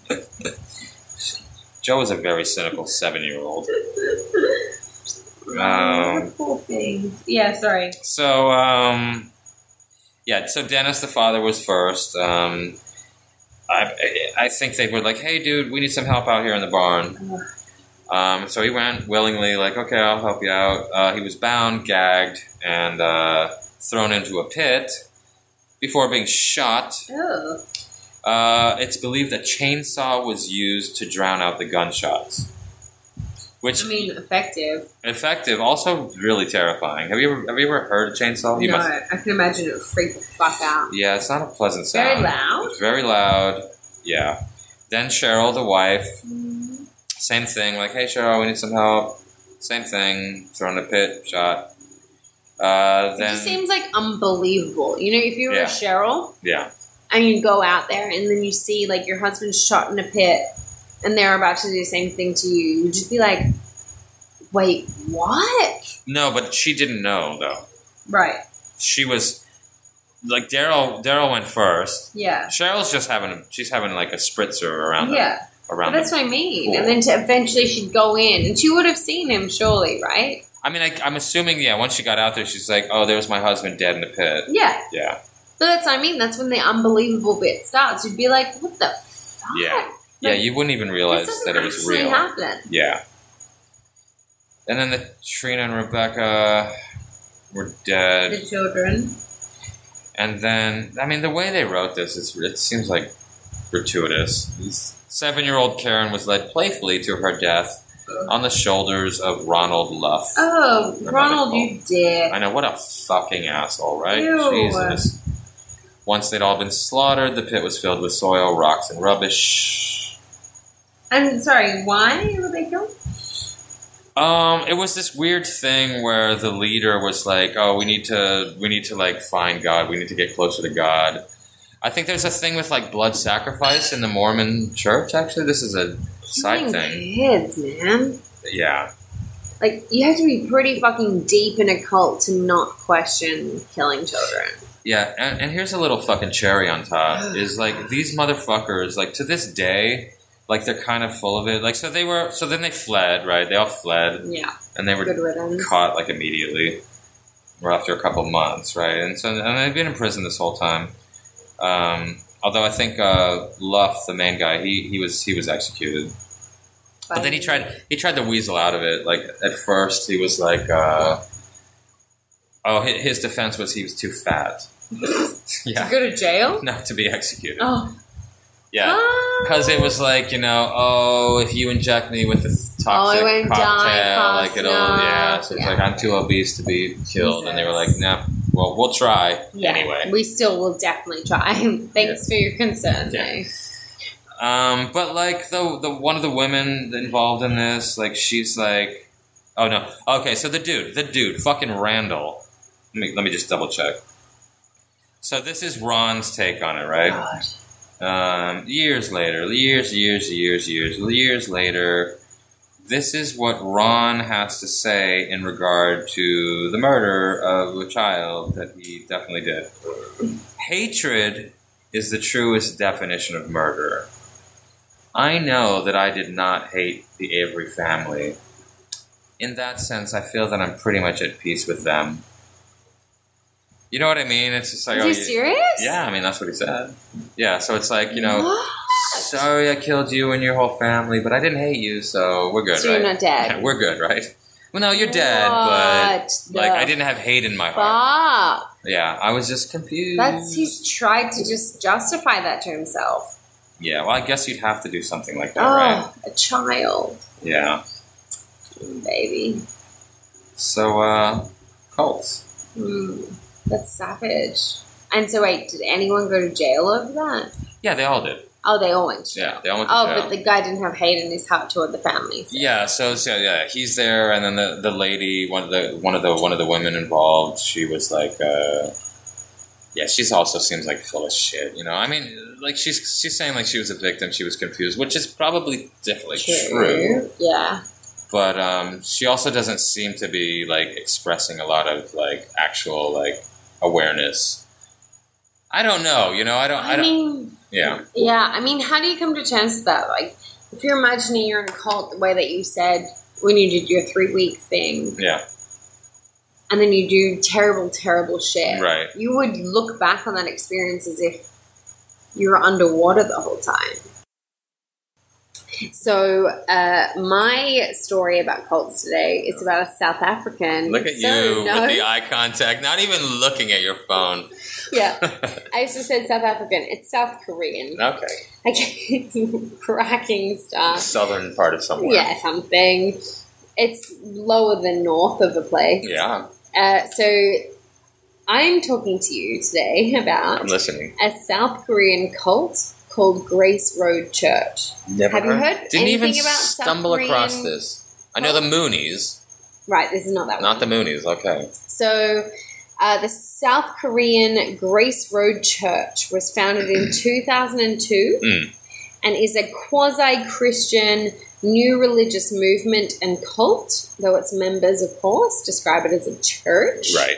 Speaker 2: Joe is a very cynical seven-year-old.
Speaker 1: Oh, poor thing. Yeah, sorry.
Speaker 2: So, um, yeah. So Dennis, the father, was first. Um, I, I think they were like, hey, dude, we need some help out here in the barn. Um, so he went willingly, like, okay, I'll help you out. Uh, he was bound, gagged, and uh, thrown into a pit before being shot.
Speaker 1: Oh.
Speaker 2: Uh, it's believed that chainsaw was used to drown out the gunshots, which
Speaker 1: I mean, effective.
Speaker 2: effective, also really terrifying. Have you ever have you ever heard a chainsaw? You
Speaker 1: no,
Speaker 2: must-
Speaker 1: I can imagine it would freak the fuck out.
Speaker 2: yeah, it's not a pleasant
Speaker 1: Very
Speaker 2: sound.
Speaker 1: loud.
Speaker 2: It's very loud. Yeah. Then Cheryl, the wife, same thing. Like, hey, Cheryl, we need some help. Same thing. Thrown in a pit, shot. Uh,
Speaker 1: It
Speaker 2: then
Speaker 1: just seems like unbelievable. You know, if you were
Speaker 2: Yeah.
Speaker 1: Cheryl
Speaker 2: yeah,
Speaker 1: and you go out there and then you see like your husband's shot in a pit and they're about to do the same thing to you, you'd just be like, wait, what?
Speaker 2: no, but she didn't know though.
Speaker 1: Right.
Speaker 2: She was like Daryl. Daryl went first.
Speaker 1: Yeah.
Speaker 2: Cheryl's just having she's having like a spritzer around the,
Speaker 1: Yeah. But
Speaker 2: around.
Speaker 1: that's
Speaker 2: the,
Speaker 1: what I mean.
Speaker 2: Uh-huh. Cool.
Speaker 1: And then to eventually she'd go in and she would have seen him, surely, right?
Speaker 2: I mean, I, I'm assuming yeah. Once she got out there, she's like, oh, there's my husband dead in the pit.
Speaker 1: Yeah.
Speaker 2: Yeah,
Speaker 1: But that's what I mean. That's when the unbelievable bit starts. You'd be like, what the fuck?
Speaker 2: yeah, yeah. You wouldn't even realize
Speaker 1: This doesn't
Speaker 2: that it was
Speaker 1: actually
Speaker 2: real.
Speaker 1: happen.
Speaker 2: Yeah. And then the Trina and Rebecca were dead.
Speaker 1: The children.
Speaker 2: And then, I mean, the way they wrote this is it seems like gratuitous. Seven-year-old Karen was led playfully to her death on the shoulders of Ronald Luff.
Speaker 1: Oh,
Speaker 2: They're not
Speaker 1: Ronald,
Speaker 2: at
Speaker 1: you dick.
Speaker 2: I know what a fucking asshole, right?
Speaker 1: Ew.
Speaker 2: Jesus. Once they'd all been slaughtered, the pit was filled with soil, rocks, and rubbish.
Speaker 1: I'm sorry, why were they killed?
Speaker 2: Um, it was this weird thing where the leader was like, "Oh, we need to, we need to like find God. We need to get closer to God." I think there's a thing with like blood sacrifice in the Mormon Church. Actually, this is a side
Speaker 1: Killing
Speaker 2: thing.
Speaker 1: Kids, man.
Speaker 2: Yeah,
Speaker 1: Like, you have to be pretty fucking deep in a cult to not question killing children.
Speaker 2: yeah. And, and here's a little fucking cherry on top is like these motherfuckers. Like to this day, like they're kind of full of it. Like so they were. So then they fled. Right? They all fled,
Speaker 1: Yeah,
Speaker 2: and they were
Speaker 1: good riddance.
Speaker 2: caught like immediately or after a couple months, right? And so and I've been in prison this whole time. Um, although I think uh, Luff, the main guy, he, he was he was executed. But then he tried he tried to weasel out of it. Like at first he was like uh, oh hi- his defense was he was too fat. [LAUGHS] yeah. [LAUGHS]
Speaker 1: go to jail? Uh,
Speaker 2: Not to be executed.
Speaker 1: Oh.
Speaker 2: Yeah. Because it was like, you know, oh, if you inject me with this toxic
Speaker 1: I wouldn't Oh, die
Speaker 2: cocktail, like
Speaker 1: fast
Speaker 2: it'll,
Speaker 1: enough.
Speaker 2: yeah. So it's
Speaker 1: Yeah.
Speaker 2: like, I'm too obese to be killed. And they were like,
Speaker 1: Jesus.
Speaker 2: no, well, we'll try
Speaker 1: Yeah,
Speaker 2: anyway.
Speaker 1: we still will definitely try. [LAUGHS] Thanks for your concern.
Speaker 2: Yeah.
Speaker 1: though.
Speaker 2: Um, but like the, the one of the women involved in this, like she's like, oh no, okay. So the dude, the dude, fucking Randall. Let me let me just double check. So this is Ron's take on it, right?
Speaker 1: God.
Speaker 2: um, years later, years, years, years, years, years later, this is what Ron has to say in regard to the murder of a child that he definitely did. Hatred is the truest definition of murder. I know that I did not hate the Avery family. In that sense, I feel that I'm pretty much at peace with them. You know what I mean? It's just like,
Speaker 1: Are
Speaker 2: oh,
Speaker 1: you
Speaker 2: you-
Speaker 1: serious?
Speaker 2: yeah, I mean that's what he said. Yeah, so it's like you know,
Speaker 1: What?
Speaker 2: sorry I killed you and your whole family, but I didn't hate you, so we're
Speaker 1: [GASPS]
Speaker 2: good,
Speaker 1: So you're
Speaker 2: right?
Speaker 1: not dead.
Speaker 2: Yeah, we're good, right? Well, no, you're dead, but
Speaker 1: What
Speaker 2: like
Speaker 1: the
Speaker 2: I didn't have hate in my heart.
Speaker 1: Fuck.
Speaker 2: Yeah, I was just confused.
Speaker 1: That's he's tried to just justify that to himself.
Speaker 2: yeah. Well, I guess you'd have to do something like that,
Speaker 1: oh,
Speaker 2: right?
Speaker 1: a child,
Speaker 2: Yeah.
Speaker 1: baby.
Speaker 2: So, uh, cults.
Speaker 1: Mm, that's savage. And so, wait, did anyone go to jail over that?
Speaker 2: Yeah, they all did.
Speaker 1: Oh, they all went to jail.
Speaker 2: Yeah, they all went to
Speaker 1: Oh,
Speaker 2: jail.
Speaker 1: but the guy didn't have hate in his heart toward the families.
Speaker 2: Yeah, so so yeah, he's there, and then the, the lady, one of the one of the one of the women involved, she was like, uh, yeah, she's also seems like full of shit. You know, I mean, like she's she's saying like she was a victim, she was confused, which is probably definitely true.
Speaker 1: Yeah.
Speaker 2: But um, she also doesn't seem to be like expressing a lot of like actual like awareness. I don't know, you know, I don't, I,
Speaker 1: I,
Speaker 2: don't,
Speaker 1: mean,
Speaker 2: yeah,
Speaker 1: yeah. I mean, how do you come to terms with that? Like, if you're imagining you're in a cult the way that you said when you did your three week thing,
Speaker 2: yeah,
Speaker 1: and then you do terrible, terrible shit.
Speaker 2: right,
Speaker 1: you would look back on that experience as if you were underwater the whole time. So uh, my story about cults today is about a South African.
Speaker 2: Look at
Speaker 1: So,
Speaker 2: you
Speaker 1: no.
Speaker 2: with the eye contact, not even looking at your phone. [LAUGHS]
Speaker 1: yeah,
Speaker 2: okay.
Speaker 1: I just said South African. It's South Korean. I can't [LAUGHS] cracking stuff.
Speaker 2: Southern part of somewhere.
Speaker 1: Yeah, something. It's lower than north of a place.
Speaker 2: Yeah,
Speaker 1: Uh, so I'm talking to you today [LAUGHS]
Speaker 2: I'm
Speaker 1: about
Speaker 2: listening.
Speaker 1: a South Korean cult called Grace Road Church.
Speaker 2: Never
Speaker 1: Have you heard
Speaker 2: Didn't even
Speaker 1: anything about South
Speaker 2: stumble across
Speaker 1: Korean-
Speaker 2: this. I know the Moonies,
Speaker 1: Right, this is not that
Speaker 2: not
Speaker 1: one.
Speaker 2: the Moonies. Okay.
Speaker 1: So, uh, the South Korean Grace Road Church was founded
Speaker 2: [CLEARS THROAT]
Speaker 1: in 2002
Speaker 2: Mm.
Speaker 1: and is a quasi Christian new religious movement and cult, though its members, of course, describe it as a church.
Speaker 2: Right.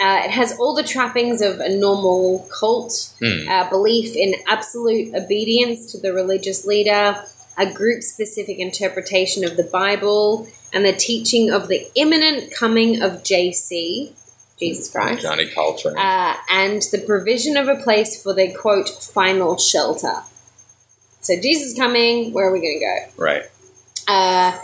Speaker 1: Uh, it has all the trappings of a normal cult
Speaker 2: Hmm.
Speaker 1: uh, belief in absolute obedience to the religious leader, a group specific interpretation of the Bible, and the teaching of the imminent coming of JC, Jesus Christ,
Speaker 2: Johnny Coltrane.
Speaker 1: uh, and the provision of a place for the quote final shelter. So, Jesus is coming, where are we going to
Speaker 2: right.
Speaker 1: go? Uh,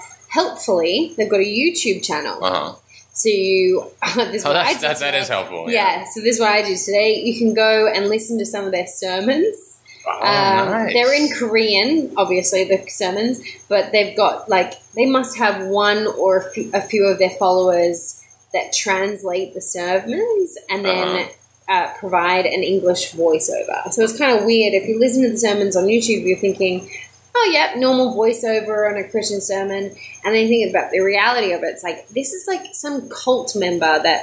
Speaker 1: helpfully, they've got a YouTube channel.
Speaker 2: Uh huh.
Speaker 1: So, you, [LAUGHS] this is
Speaker 2: Oh,
Speaker 1: what I
Speaker 2: that's,
Speaker 1: did
Speaker 2: that, that
Speaker 1: today.
Speaker 2: is helpful.
Speaker 1: Yeah. so this is what I do today. You can go and listen to some of their sermons.
Speaker 2: Oh,
Speaker 1: Um,
Speaker 2: nice.
Speaker 1: They're in Korean, obviously, the sermons, but they've got like, they must have one or a few, a few of their followers that translate the sermons and then uh provide an English voiceover. So it's kind of weird. If you listen to the sermons on YouTube, you're thinking, oh, yep, normal voiceover on a Christian sermon. And then you think about the reality of it. It's like, this is like some cult member that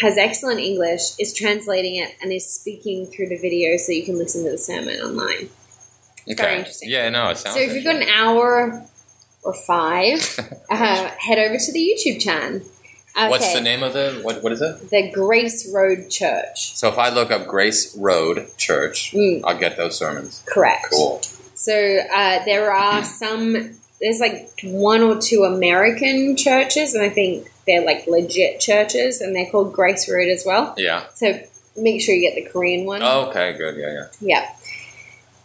Speaker 1: has excellent English, is translating it, and is speaking through the video so you can listen to the sermon online.
Speaker 2: okay.
Speaker 1: very interesting.
Speaker 2: Yeah, no, it sounds
Speaker 1: so if you've got an hour or five, uh, head over to the YouTube channel. Okay.
Speaker 2: [LAUGHS] What's the name of the, what, what is it?
Speaker 1: The Grace Road Church.
Speaker 2: So if I look up Grace Road Church,
Speaker 1: Mm,
Speaker 2: I'll get those sermons.
Speaker 1: correct.
Speaker 2: Cool.
Speaker 1: So uh, there are some. There's like one or two American churches, and I think they're like legit churches, and they're called Grace Road as well.
Speaker 2: Yeah.
Speaker 1: So make sure you get the Korean one.
Speaker 2: Oh, okay, good. Yeah, yeah.
Speaker 1: Yeah.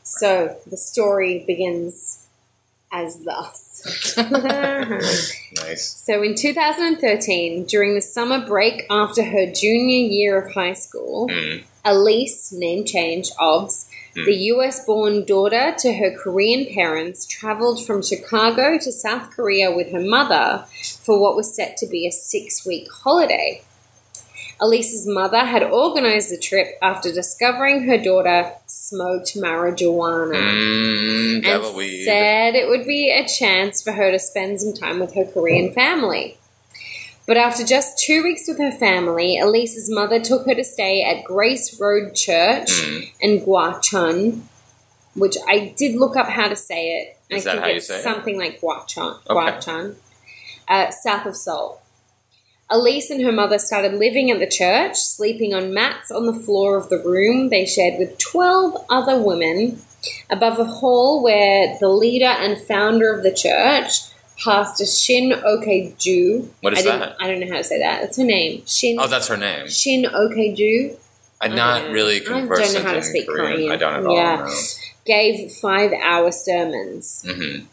Speaker 1: So the story begins as
Speaker 2: [LAUGHS]
Speaker 1: thus. [LAUGHS]
Speaker 2: Nice.
Speaker 1: so in 2013, during the summer break after her junior year of high school,
Speaker 2: Mm.
Speaker 1: Elise, name change, OBS,
Speaker 2: Hmm.
Speaker 1: the US born daughter to her Korean parents, traveled from Chicago to South Korea with her mother for what was set to be a six week holiday. Elise's mother had organized the trip after discovering her daughter smoked marijuana.
Speaker 2: Mm, devil
Speaker 1: And
Speaker 2: weed.
Speaker 1: said it would be a chance for her to spend some time with her Korean family. But after just two weeks with her family, Elise's mother took her to stay at Grace Road Church
Speaker 2: Mm.
Speaker 1: and Guachun, which I did look up how to say it. and
Speaker 2: Is
Speaker 1: I
Speaker 2: that
Speaker 1: think
Speaker 2: how you
Speaker 1: it's
Speaker 2: say it?
Speaker 1: something like Guachun,
Speaker 2: Okay.
Speaker 1: Guachun uh, south of Seoul. Elise and her mother started living at the church, sleeping on mats on the floor of the room they shared with 12 other women above a hall where the leader and founder of the church, Pastor Shin Okeju.
Speaker 2: What is
Speaker 1: I didn't-
Speaker 2: that?
Speaker 1: I don't know how to say that. That's her name. Shin
Speaker 2: Oh, that's her name.
Speaker 1: Shin Okeju
Speaker 2: I'm
Speaker 1: I
Speaker 2: not
Speaker 1: don't-
Speaker 2: really
Speaker 1: Um, I don't know
Speaker 2: conversant
Speaker 1: how to
Speaker 2: in
Speaker 1: speak
Speaker 2: Korean.
Speaker 1: Korean.
Speaker 2: I don't at all.
Speaker 1: Yeah.
Speaker 2: No.
Speaker 1: gave five hour sermons.
Speaker 2: Mhm.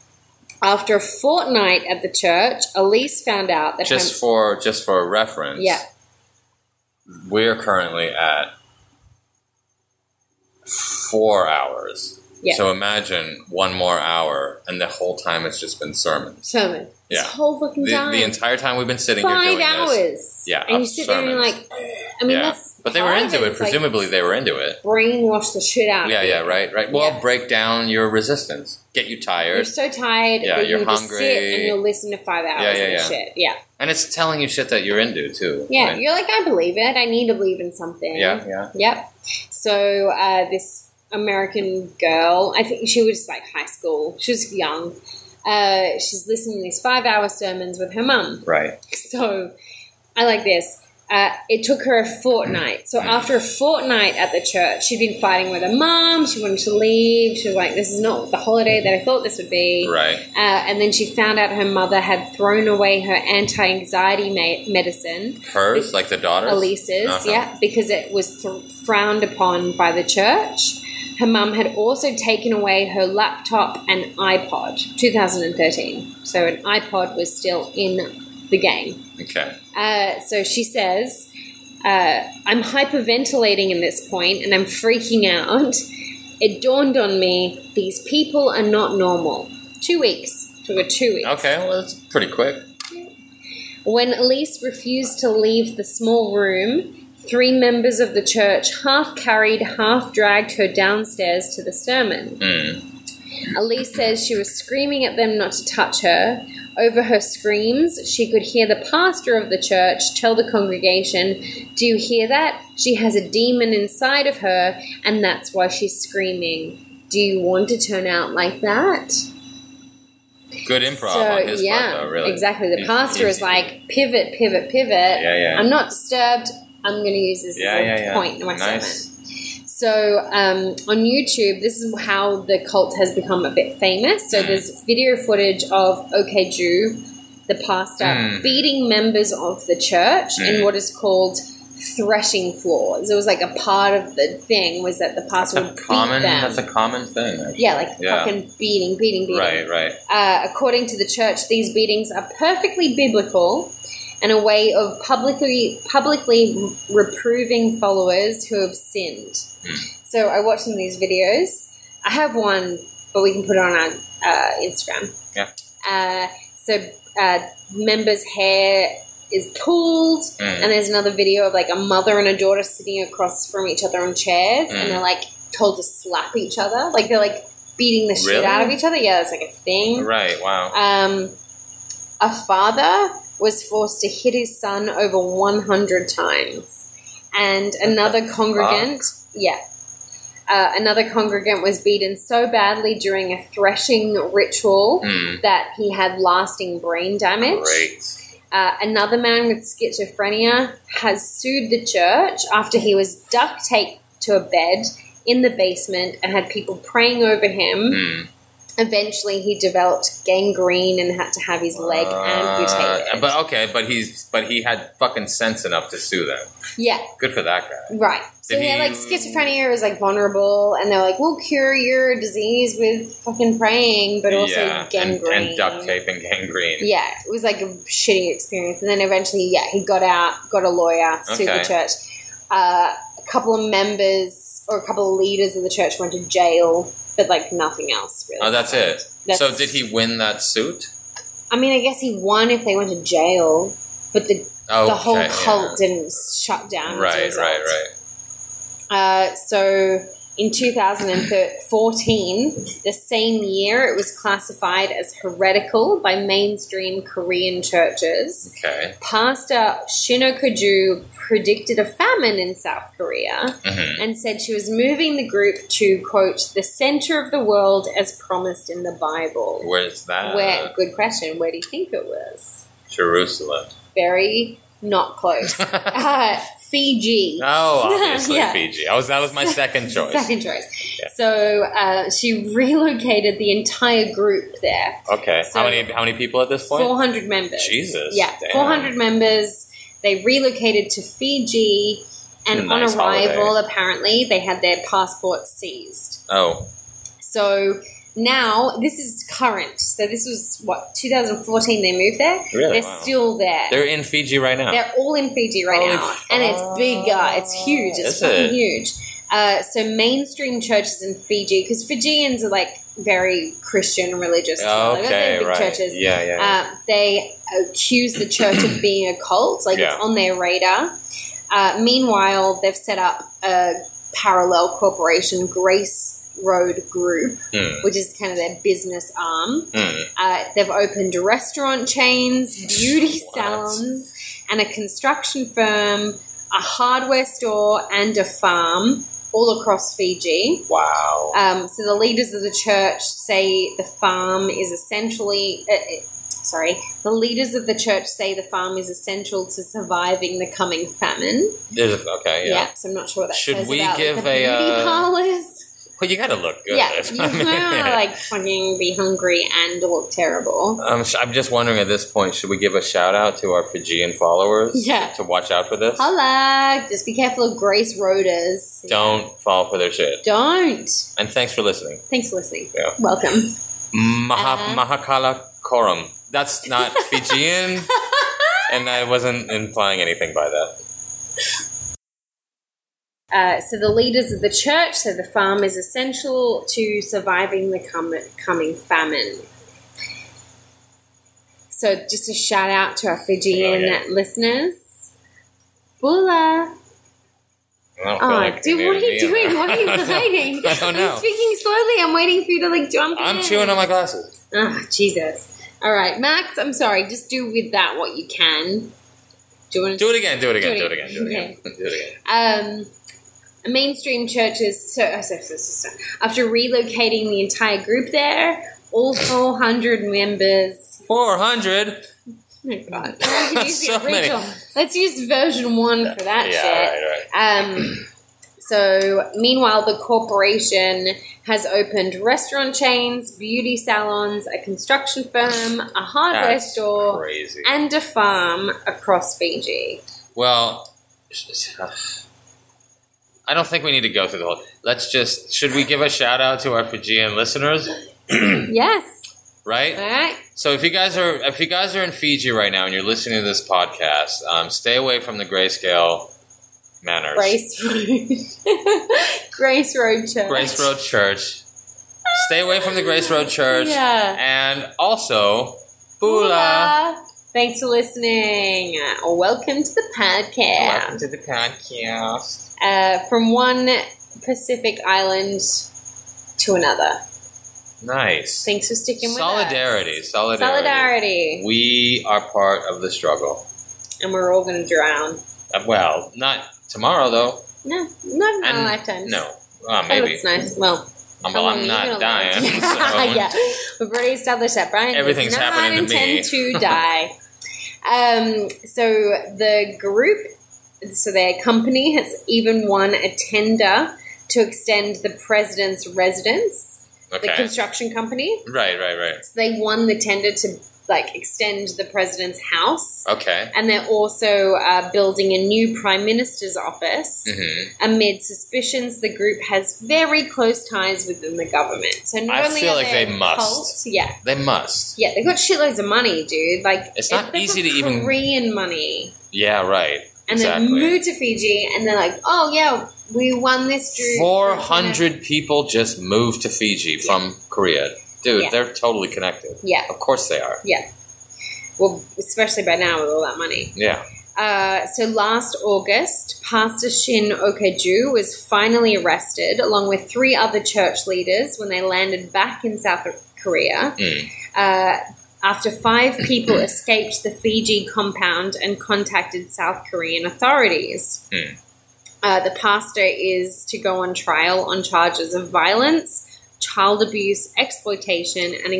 Speaker 1: After a fortnight at the church, Elise found out that
Speaker 2: Just
Speaker 1: her-
Speaker 2: for just for reference,
Speaker 1: Yeah.
Speaker 2: we're currently at four hours.
Speaker 1: Yeah.
Speaker 2: So imagine one more hour, and the whole time it's just been sermons.
Speaker 1: sermon.
Speaker 2: Yeah.
Speaker 1: This whole fucking
Speaker 2: The,
Speaker 1: time.
Speaker 2: the entire time we've been sitting here
Speaker 1: five
Speaker 2: doing
Speaker 1: hours.
Speaker 2: this. Yeah,
Speaker 1: and you
Speaker 2: of
Speaker 1: sit there and you're
Speaker 2: sermons.
Speaker 1: like, I mean,
Speaker 2: yeah.
Speaker 1: that's
Speaker 2: but they were
Speaker 1: part
Speaker 2: into
Speaker 1: of
Speaker 2: it.
Speaker 1: It's like,
Speaker 2: Presumably, they were into it.
Speaker 1: brainwash the shit out. of
Speaker 2: Yeah,
Speaker 1: you.
Speaker 2: yeah, right, right. Well,
Speaker 1: Yeah.
Speaker 2: break down your resistance, get you
Speaker 1: You're
Speaker 2: tired,
Speaker 1: so tired.
Speaker 2: Yeah,
Speaker 1: that
Speaker 2: you're
Speaker 1: you just sit
Speaker 2: hungry.
Speaker 1: and you'll listen to five hours
Speaker 2: Yeah, yeah,
Speaker 1: of
Speaker 2: yeah.
Speaker 1: shit. Yeah,
Speaker 2: and it's telling you shit that you're into too.
Speaker 1: yeah.
Speaker 2: right?
Speaker 1: You're like, I believe it. I need to believe in something.
Speaker 2: yeah, yeah.
Speaker 1: Yep. So uh, this American girl, I think she was like high school. She was young. Uh, she's listening to these five-hour sermons with her mum. [LAUGHS]
Speaker 2: Right.
Speaker 1: So I like this. Uh, it took her a fortnight. So after a fortnight at the church, she'd been fighting with her mom. She wanted to leave. She was like, "This is not the holiday that I thought this would be."
Speaker 2: Right.
Speaker 1: Uh, and then she found out her mother had thrown away her anti-anxiety ma- medicine,
Speaker 2: Hers, like the daughters.
Speaker 1: Elise's,
Speaker 2: Uh-huh.
Speaker 1: yeah, because it was th- frowned upon by the church. Her mum had also taken away her laptop and iPod, 2013. So an iPod was still in the game.
Speaker 2: Okay.
Speaker 1: Uh, so she says, uh, I'm hyperventilating in this point and I'm freaking out. It dawned on me these people are not normal. Two weeks. Took her two weeks.
Speaker 2: Okay. Well, that's pretty quick.
Speaker 1: When Elise refused to leave the small room, three members of the church half carried, half dragged her downstairs to the sermon.
Speaker 2: Hmm.
Speaker 1: Elise says she was screaming at them not to touch her. Over her screams, she could hear the pastor of the church tell the congregation, Do you hear that? She has a demon inside of her, and that's why she's screaming. Do you want to turn out like that?
Speaker 2: Good improv on his part, though. Really.
Speaker 1: Exactly. The
Speaker 2: He's-
Speaker 1: pastor
Speaker 2: he's-
Speaker 1: is like, pivot, pivot, pivot. Yeah,
Speaker 2: yeah.
Speaker 1: I'm not disturbed. I'm going to use this
Speaker 2: Yeah,
Speaker 1: as a
Speaker 2: yeah, yeah.
Speaker 1: point in my
Speaker 2: nice.
Speaker 1: sermon. So um, on YouTube, this is how the cult has become a bit famous. So there's video footage of OK Jew, the pastor,
Speaker 2: Mm.
Speaker 1: beating members of the church in
Speaker 2: Mm.
Speaker 1: what is called threshing floors. It was like a part of the thing was that the pastor
Speaker 2: That's a
Speaker 1: would
Speaker 2: common.
Speaker 1: beat them.
Speaker 2: That's a common thing. Actually.
Speaker 1: yeah, like
Speaker 2: Yeah.
Speaker 1: fucking beating, beating, beating.
Speaker 2: Right. Right.
Speaker 1: Uh, according to the church, these beatings are perfectly biblical and a way of publicly publicly reproving followers who have sinned. So I watched some of these videos. I have one, but we can put it on our uh, Instagram.
Speaker 2: Yeah.
Speaker 1: Uh, so uh, members' hair is pulled,
Speaker 2: Mm.
Speaker 1: and there's another video of like a mother and a daughter sitting across from each other on chairs,
Speaker 2: Mm.
Speaker 1: and they're like told to slap each other, like they're like beating the shit
Speaker 2: Really?
Speaker 1: out of each other. Yeah, that's like a thing.
Speaker 2: Right. Wow.
Speaker 1: Um, a father was forced to hit his son over 100 times. And another congregant, yeah. Uh, another congregant was beaten so badly during a threshing ritual
Speaker 2: Mm.
Speaker 1: that he had lasting brain damage.
Speaker 2: Great.
Speaker 1: Uh, another man with schizophrenia has sued the church after he was duct taped to a bed in the basement and had people praying over him.
Speaker 2: Mm.
Speaker 1: Eventually, he developed gangrene and had to have his leg
Speaker 2: Uh,
Speaker 1: amputated.
Speaker 2: But okay. But he's. But he had fucking sense enough to sue them.
Speaker 1: yeah,
Speaker 2: Good for that guy.
Speaker 1: right. So
Speaker 2: Did
Speaker 1: yeah,
Speaker 2: he-
Speaker 1: like schizophrenia is like vulnerable, and they're like, "We'll cure your disease with fucking praying," but also
Speaker 2: yeah. And,
Speaker 1: gangrene
Speaker 2: and duct tape and gangrene.
Speaker 1: Yeah, it was like a shitty experience. And then eventually, yeah, he got out, got a lawyer, sued
Speaker 2: Okay.
Speaker 1: the church. Uh, a couple of members or a couple of leaders of the church went to jail, but like nothing else really.
Speaker 2: Oh, that's it.
Speaker 1: That's-
Speaker 2: So did he win that suit?
Speaker 1: I mean, I guess he won if they went to jail, but the,
Speaker 2: Oh,
Speaker 1: the whole
Speaker 2: okay, yeah.
Speaker 1: cult didn't shut down. as a
Speaker 2: Right.
Speaker 1: result.
Speaker 2: Right. Right.
Speaker 1: Uh, so in 2014, the same year, it was classified as heretical by mainstream Korean churches.
Speaker 2: Okay.
Speaker 1: Pastor Shino Koju predicted a famine in South Korea
Speaker 2: Mhm.
Speaker 1: and said she was moving the group to, quote, the center of the world as promised in the Bible.
Speaker 2: Where's that?
Speaker 1: Where, good question, where do you think it was? [LAUGHS]
Speaker 2: Jerusalem.
Speaker 1: Very not
Speaker 2: [LAUGHS]
Speaker 1: close. uh, Fiji.
Speaker 2: Oh, obviously
Speaker 1: Yeah.
Speaker 2: Fiji. I was that
Speaker 1: [LAUGHS]
Speaker 2: was my second choice.
Speaker 1: Second choice.
Speaker 2: Yeah.
Speaker 1: So uh, she relocated the entire group there.
Speaker 2: Okay.
Speaker 1: So-
Speaker 2: how many how many people at this point?
Speaker 1: 400 members.
Speaker 2: Jesus,
Speaker 1: Yeah,
Speaker 2: damn.
Speaker 1: 400 members. They relocated to Fiji, and
Speaker 2: Nice
Speaker 1: on arrival,
Speaker 2: holiday.
Speaker 1: apparently, they had their passports seized.
Speaker 2: Oh,
Speaker 1: So now, this is current. So this was, what, 2014 they moved there?
Speaker 2: Really?
Speaker 1: They're
Speaker 2: Oh, Wow.
Speaker 1: still there.
Speaker 2: they're in Fiji right now.
Speaker 1: They're all in Fiji right
Speaker 2: Holy
Speaker 1: now, and it's big. Uh, it's huge. It's
Speaker 2: Is
Speaker 1: fucking
Speaker 2: it?
Speaker 1: huge. Uh, so mainstream churches in Fiji, because Fijians are like very Christian and religious. too. Like, they're
Speaker 2: okay,
Speaker 1: big
Speaker 2: right.
Speaker 1: churches.
Speaker 2: Yeah, yeah. yeah.
Speaker 1: Uh, they accuse the church of being a cult, like
Speaker 2: Yeah.
Speaker 1: it's on their radar. Uh, meanwhile, they've set up a parallel corporation, Grace Road Group,
Speaker 2: Hmm.
Speaker 1: which is kind of their business arm.
Speaker 2: Mm.
Speaker 1: Uh, they've opened restaurant chains, beauty
Speaker 2: [LAUGHS] What?
Speaker 1: salons, and a construction firm, a hardware store, and a farm all across Fiji.
Speaker 2: Wow.
Speaker 1: Um, so the leaders of the church say the farm is essentially. Uh, uh, Sorry, the leaders of the church say the farm is essential to surviving the coming famine.
Speaker 2: There's a, okay,
Speaker 1: Yeah,
Speaker 2: yeah.
Speaker 1: so I'm not sure what that
Speaker 2: Should
Speaker 1: says
Speaker 2: we
Speaker 1: about, like,
Speaker 2: give
Speaker 1: the
Speaker 2: a,
Speaker 1: beauty
Speaker 2: uh,
Speaker 1: parlors.
Speaker 2: Well, you got to look good. [LAUGHS]
Speaker 1: Yeah, [LAUGHS] you
Speaker 2: I mean,
Speaker 1: wanna, like fucking be hungry and look terrible.
Speaker 2: I'm, sh- I'm just wondering at this point, should we give a shout out to our Fijian followers
Speaker 1: Yeah.
Speaker 2: to watch out for this?
Speaker 1: Holla! Just be careful of Grace Rhoda's.
Speaker 2: Don't fall for their shit.
Speaker 1: Don't.
Speaker 2: And thanks for listening.
Speaker 1: Thanks for listening.
Speaker 2: Yeah.
Speaker 1: Welcome.
Speaker 2: Maha-
Speaker 1: Uh-huh.
Speaker 2: Mahakala Koram.
Speaker 1: [LAUGHS]
Speaker 2: That's not Fijian, and I wasn't implying anything by that.
Speaker 1: Uh, so the leaders of the church so the farm is essential to surviving the com- coming famine. So just a shout out to our Fijian
Speaker 2: Oh, yeah.
Speaker 1: listeners. Bula.
Speaker 2: I don't feel
Speaker 1: Oh,
Speaker 2: like
Speaker 1: dude,
Speaker 2: you
Speaker 1: what are
Speaker 2: needed
Speaker 1: you
Speaker 2: me
Speaker 1: doing?
Speaker 2: either.
Speaker 1: Why are
Speaker 2: [LAUGHS]
Speaker 1: you hiding?
Speaker 2: I don't know.
Speaker 1: I'm speaking slowly. I'm waiting for you to like jump in.
Speaker 2: I'm chewing on my glasses.
Speaker 1: Ah, Jesus. All right, Max. I'm sorry. Just do with that what you can. Do you want to
Speaker 2: Do it again. Do it again. Do
Speaker 1: Do it
Speaker 2: it again. Do it again. Do it again.
Speaker 1: um, mainstream churches. So, uh, so, so, so, so- after relocating the entire group there, all 400 members. [LAUGHS]
Speaker 2: Four hundred.
Speaker 1: Oh my God. Let's use,
Speaker 2: [LAUGHS] So
Speaker 1: the
Speaker 2: many.
Speaker 1: original. Let's use version one for that
Speaker 2: Yeah.
Speaker 1: shit.
Speaker 2: Right. Right.
Speaker 1: Um, so, meanwhile, the corporation has opened restaurant chains, beauty salons, a construction firm, a hardware
Speaker 2: That's
Speaker 1: store,
Speaker 2: Crazy.
Speaker 1: and a farm across Fiji. [CLEARS THROAT]
Speaker 2: Well, I don't think we need to go through the whole. Let's just. Should we give a shout out to our Fijian listeners?
Speaker 1: yes.
Speaker 2: Right.
Speaker 1: All right.
Speaker 2: So if you guys are if you guys are in Fiji right now and you're listening to this podcast, um, stay away from the grayscale manners.
Speaker 1: Grace Road. [LAUGHS] Grace Road Church.
Speaker 2: Grace Road Church. Stay away from the Grace Road Church.
Speaker 1: Yeah.
Speaker 2: And also, Bula.
Speaker 1: Thanks for listening. Welcome to the
Speaker 2: Welcome
Speaker 1: podcast.
Speaker 2: to the podcast.
Speaker 1: Uh, from one Pacific island to another.
Speaker 2: Nice.
Speaker 1: Thanks for sticking with
Speaker 2: Solidarity,
Speaker 1: us.
Speaker 2: solidarity.
Speaker 1: Solidarity.
Speaker 2: We are part of the struggle.
Speaker 1: And we're all going to drown.
Speaker 2: Uh, Well, not tomorrow though.
Speaker 1: No, not in
Speaker 2: And
Speaker 1: our lifetimes.
Speaker 2: No. Uh,
Speaker 1: That
Speaker 2: maybe.
Speaker 1: looks nice. Well, how
Speaker 2: Um, well,
Speaker 1: long are
Speaker 2: I'm
Speaker 1: you
Speaker 2: not
Speaker 1: gonna
Speaker 2: dying.
Speaker 1: [LAUGHS] live?
Speaker 2: so- [LAUGHS]
Speaker 1: yeah, we've already established that. Brian
Speaker 2: Everything's
Speaker 1: does not
Speaker 2: happening to me.
Speaker 1: intend
Speaker 2: [LAUGHS]
Speaker 1: to die. Um, so the group, so their company has even won a tender to extend the president's residence, the
Speaker 2: Okay.
Speaker 1: construction company.
Speaker 2: Right, right, right.
Speaker 1: So they won the tender to like extend the president's house.
Speaker 2: Okay.
Speaker 1: And they're also uh, building a new prime minister's office
Speaker 2: hmm
Speaker 1: amid suspicions the group has very close ties within the government. So not
Speaker 2: I
Speaker 1: only
Speaker 2: feel
Speaker 1: are
Speaker 2: like they
Speaker 1: a
Speaker 2: must.
Speaker 1: cult- yeah,
Speaker 2: They must.
Speaker 1: yeah, they've got shitloads of money, dude. Like
Speaker 2: It's not
Speaker 1: they've
Speaker 2: easy
Speaker 1: got
Speaker 2: to even-
Speaker 1: Korean money,
Speaker 2: Yeah, right.
Speaker 1: and
Speaker 2: exactly.
Speaker 1: then move to Fiji, and they're like, oh yeah, we won this through
Speaker 2: 400 people just moved to Fiji from Korea. Dude,
Speaker 1: Yeah.
Speaker 2: they're totally connected.
Speaker 1: Yeah,
Speaker 2: Of course they are.
Speaker 1: well, especially by now with all that money.
Speaker 2: Yeah.
Speaker 1: Uh, so last August, Pastor Shin Okaju was finally arrested along with three other church leaders when they landed back in South Korea.
Speaker 2: Mm.
Speaker 1: Uh, after five people escaped the Fiji compound and contacted South Korean authorities.
Speaker 2: Mm.
Speaker 1: Uh, the pastor is to go on trial on charges of violence, child abuse, exploitation, and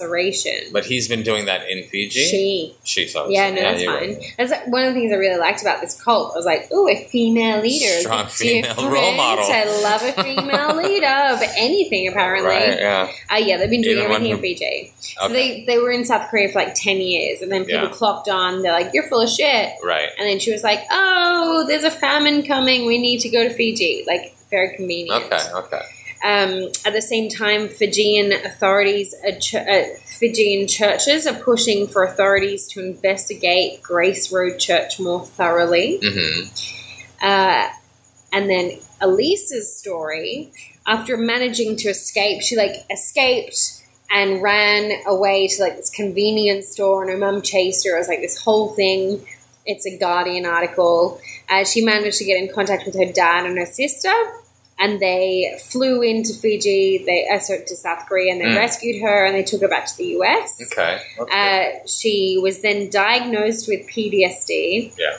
Speaker 1: incarceration.
Speaker 2: But he's been doing that in Fiji?
Speaker 1: She
Speaker 2: She saw
Speaker 1: yeah, no, that's
Speaker 2: you're
Speaker 1: fine.
Speaker 2: right.
Speaker 1: That's like, one of the things I really liked about this cult. I was like, oh, a female leader. is
Speaker 2: Strong
Speaker 1: different.
Speaker 2: female role model.
Speaker 1: I love a
Speaker 2: [LAUGHS]
Speaker 1: female leader of anything, apparently.
Speaker 2: Right, yeah.
Speaker 1: Uh, yeah, they've been doing
Speaker 2: Even one
Speaker 1: everything
Speaker 2: who-
Speaker 1: in Fiji. So
Speaker 2: Okay.
Speaker 1: they, they were in South Korea for like 10 years, and then people
Speaker 2: Yeah.
Speaker 1: clocked on. They're like, you're full of shit.
Speaker 2: right.
Speaker 1: And then she was like, oh, there's a famine coming. We need to go to Fiji. Like, very convenient.
Speaker 2: Okay, okay.
Speaker 1: Um, at the same time, Fijian authorities, uh, ch- uh, Fijian churches are pushing for authorities to investigate Grace Road Church more thoroughly.
Speaker 2: hmm
Speaker 1: Uh, and then Elisa's story, after managing to escape, she like escaped and ran away to like this convenience store, and her mum chased her. It was like this whole thing. It's a Guardian article. Uh, she managed to get in contact with her dad and her sister, and they flew into Fiji. They uh, sorry, to South Korea, and they
Speaker 2: Mm.
Speaker 1: rescued her, and they took her back to the US.
Speaker 2: Okay. Oh, okay.
Speaker 1: Uh, she was then diagnosed with PTSD.
Speaker 2: Yeah.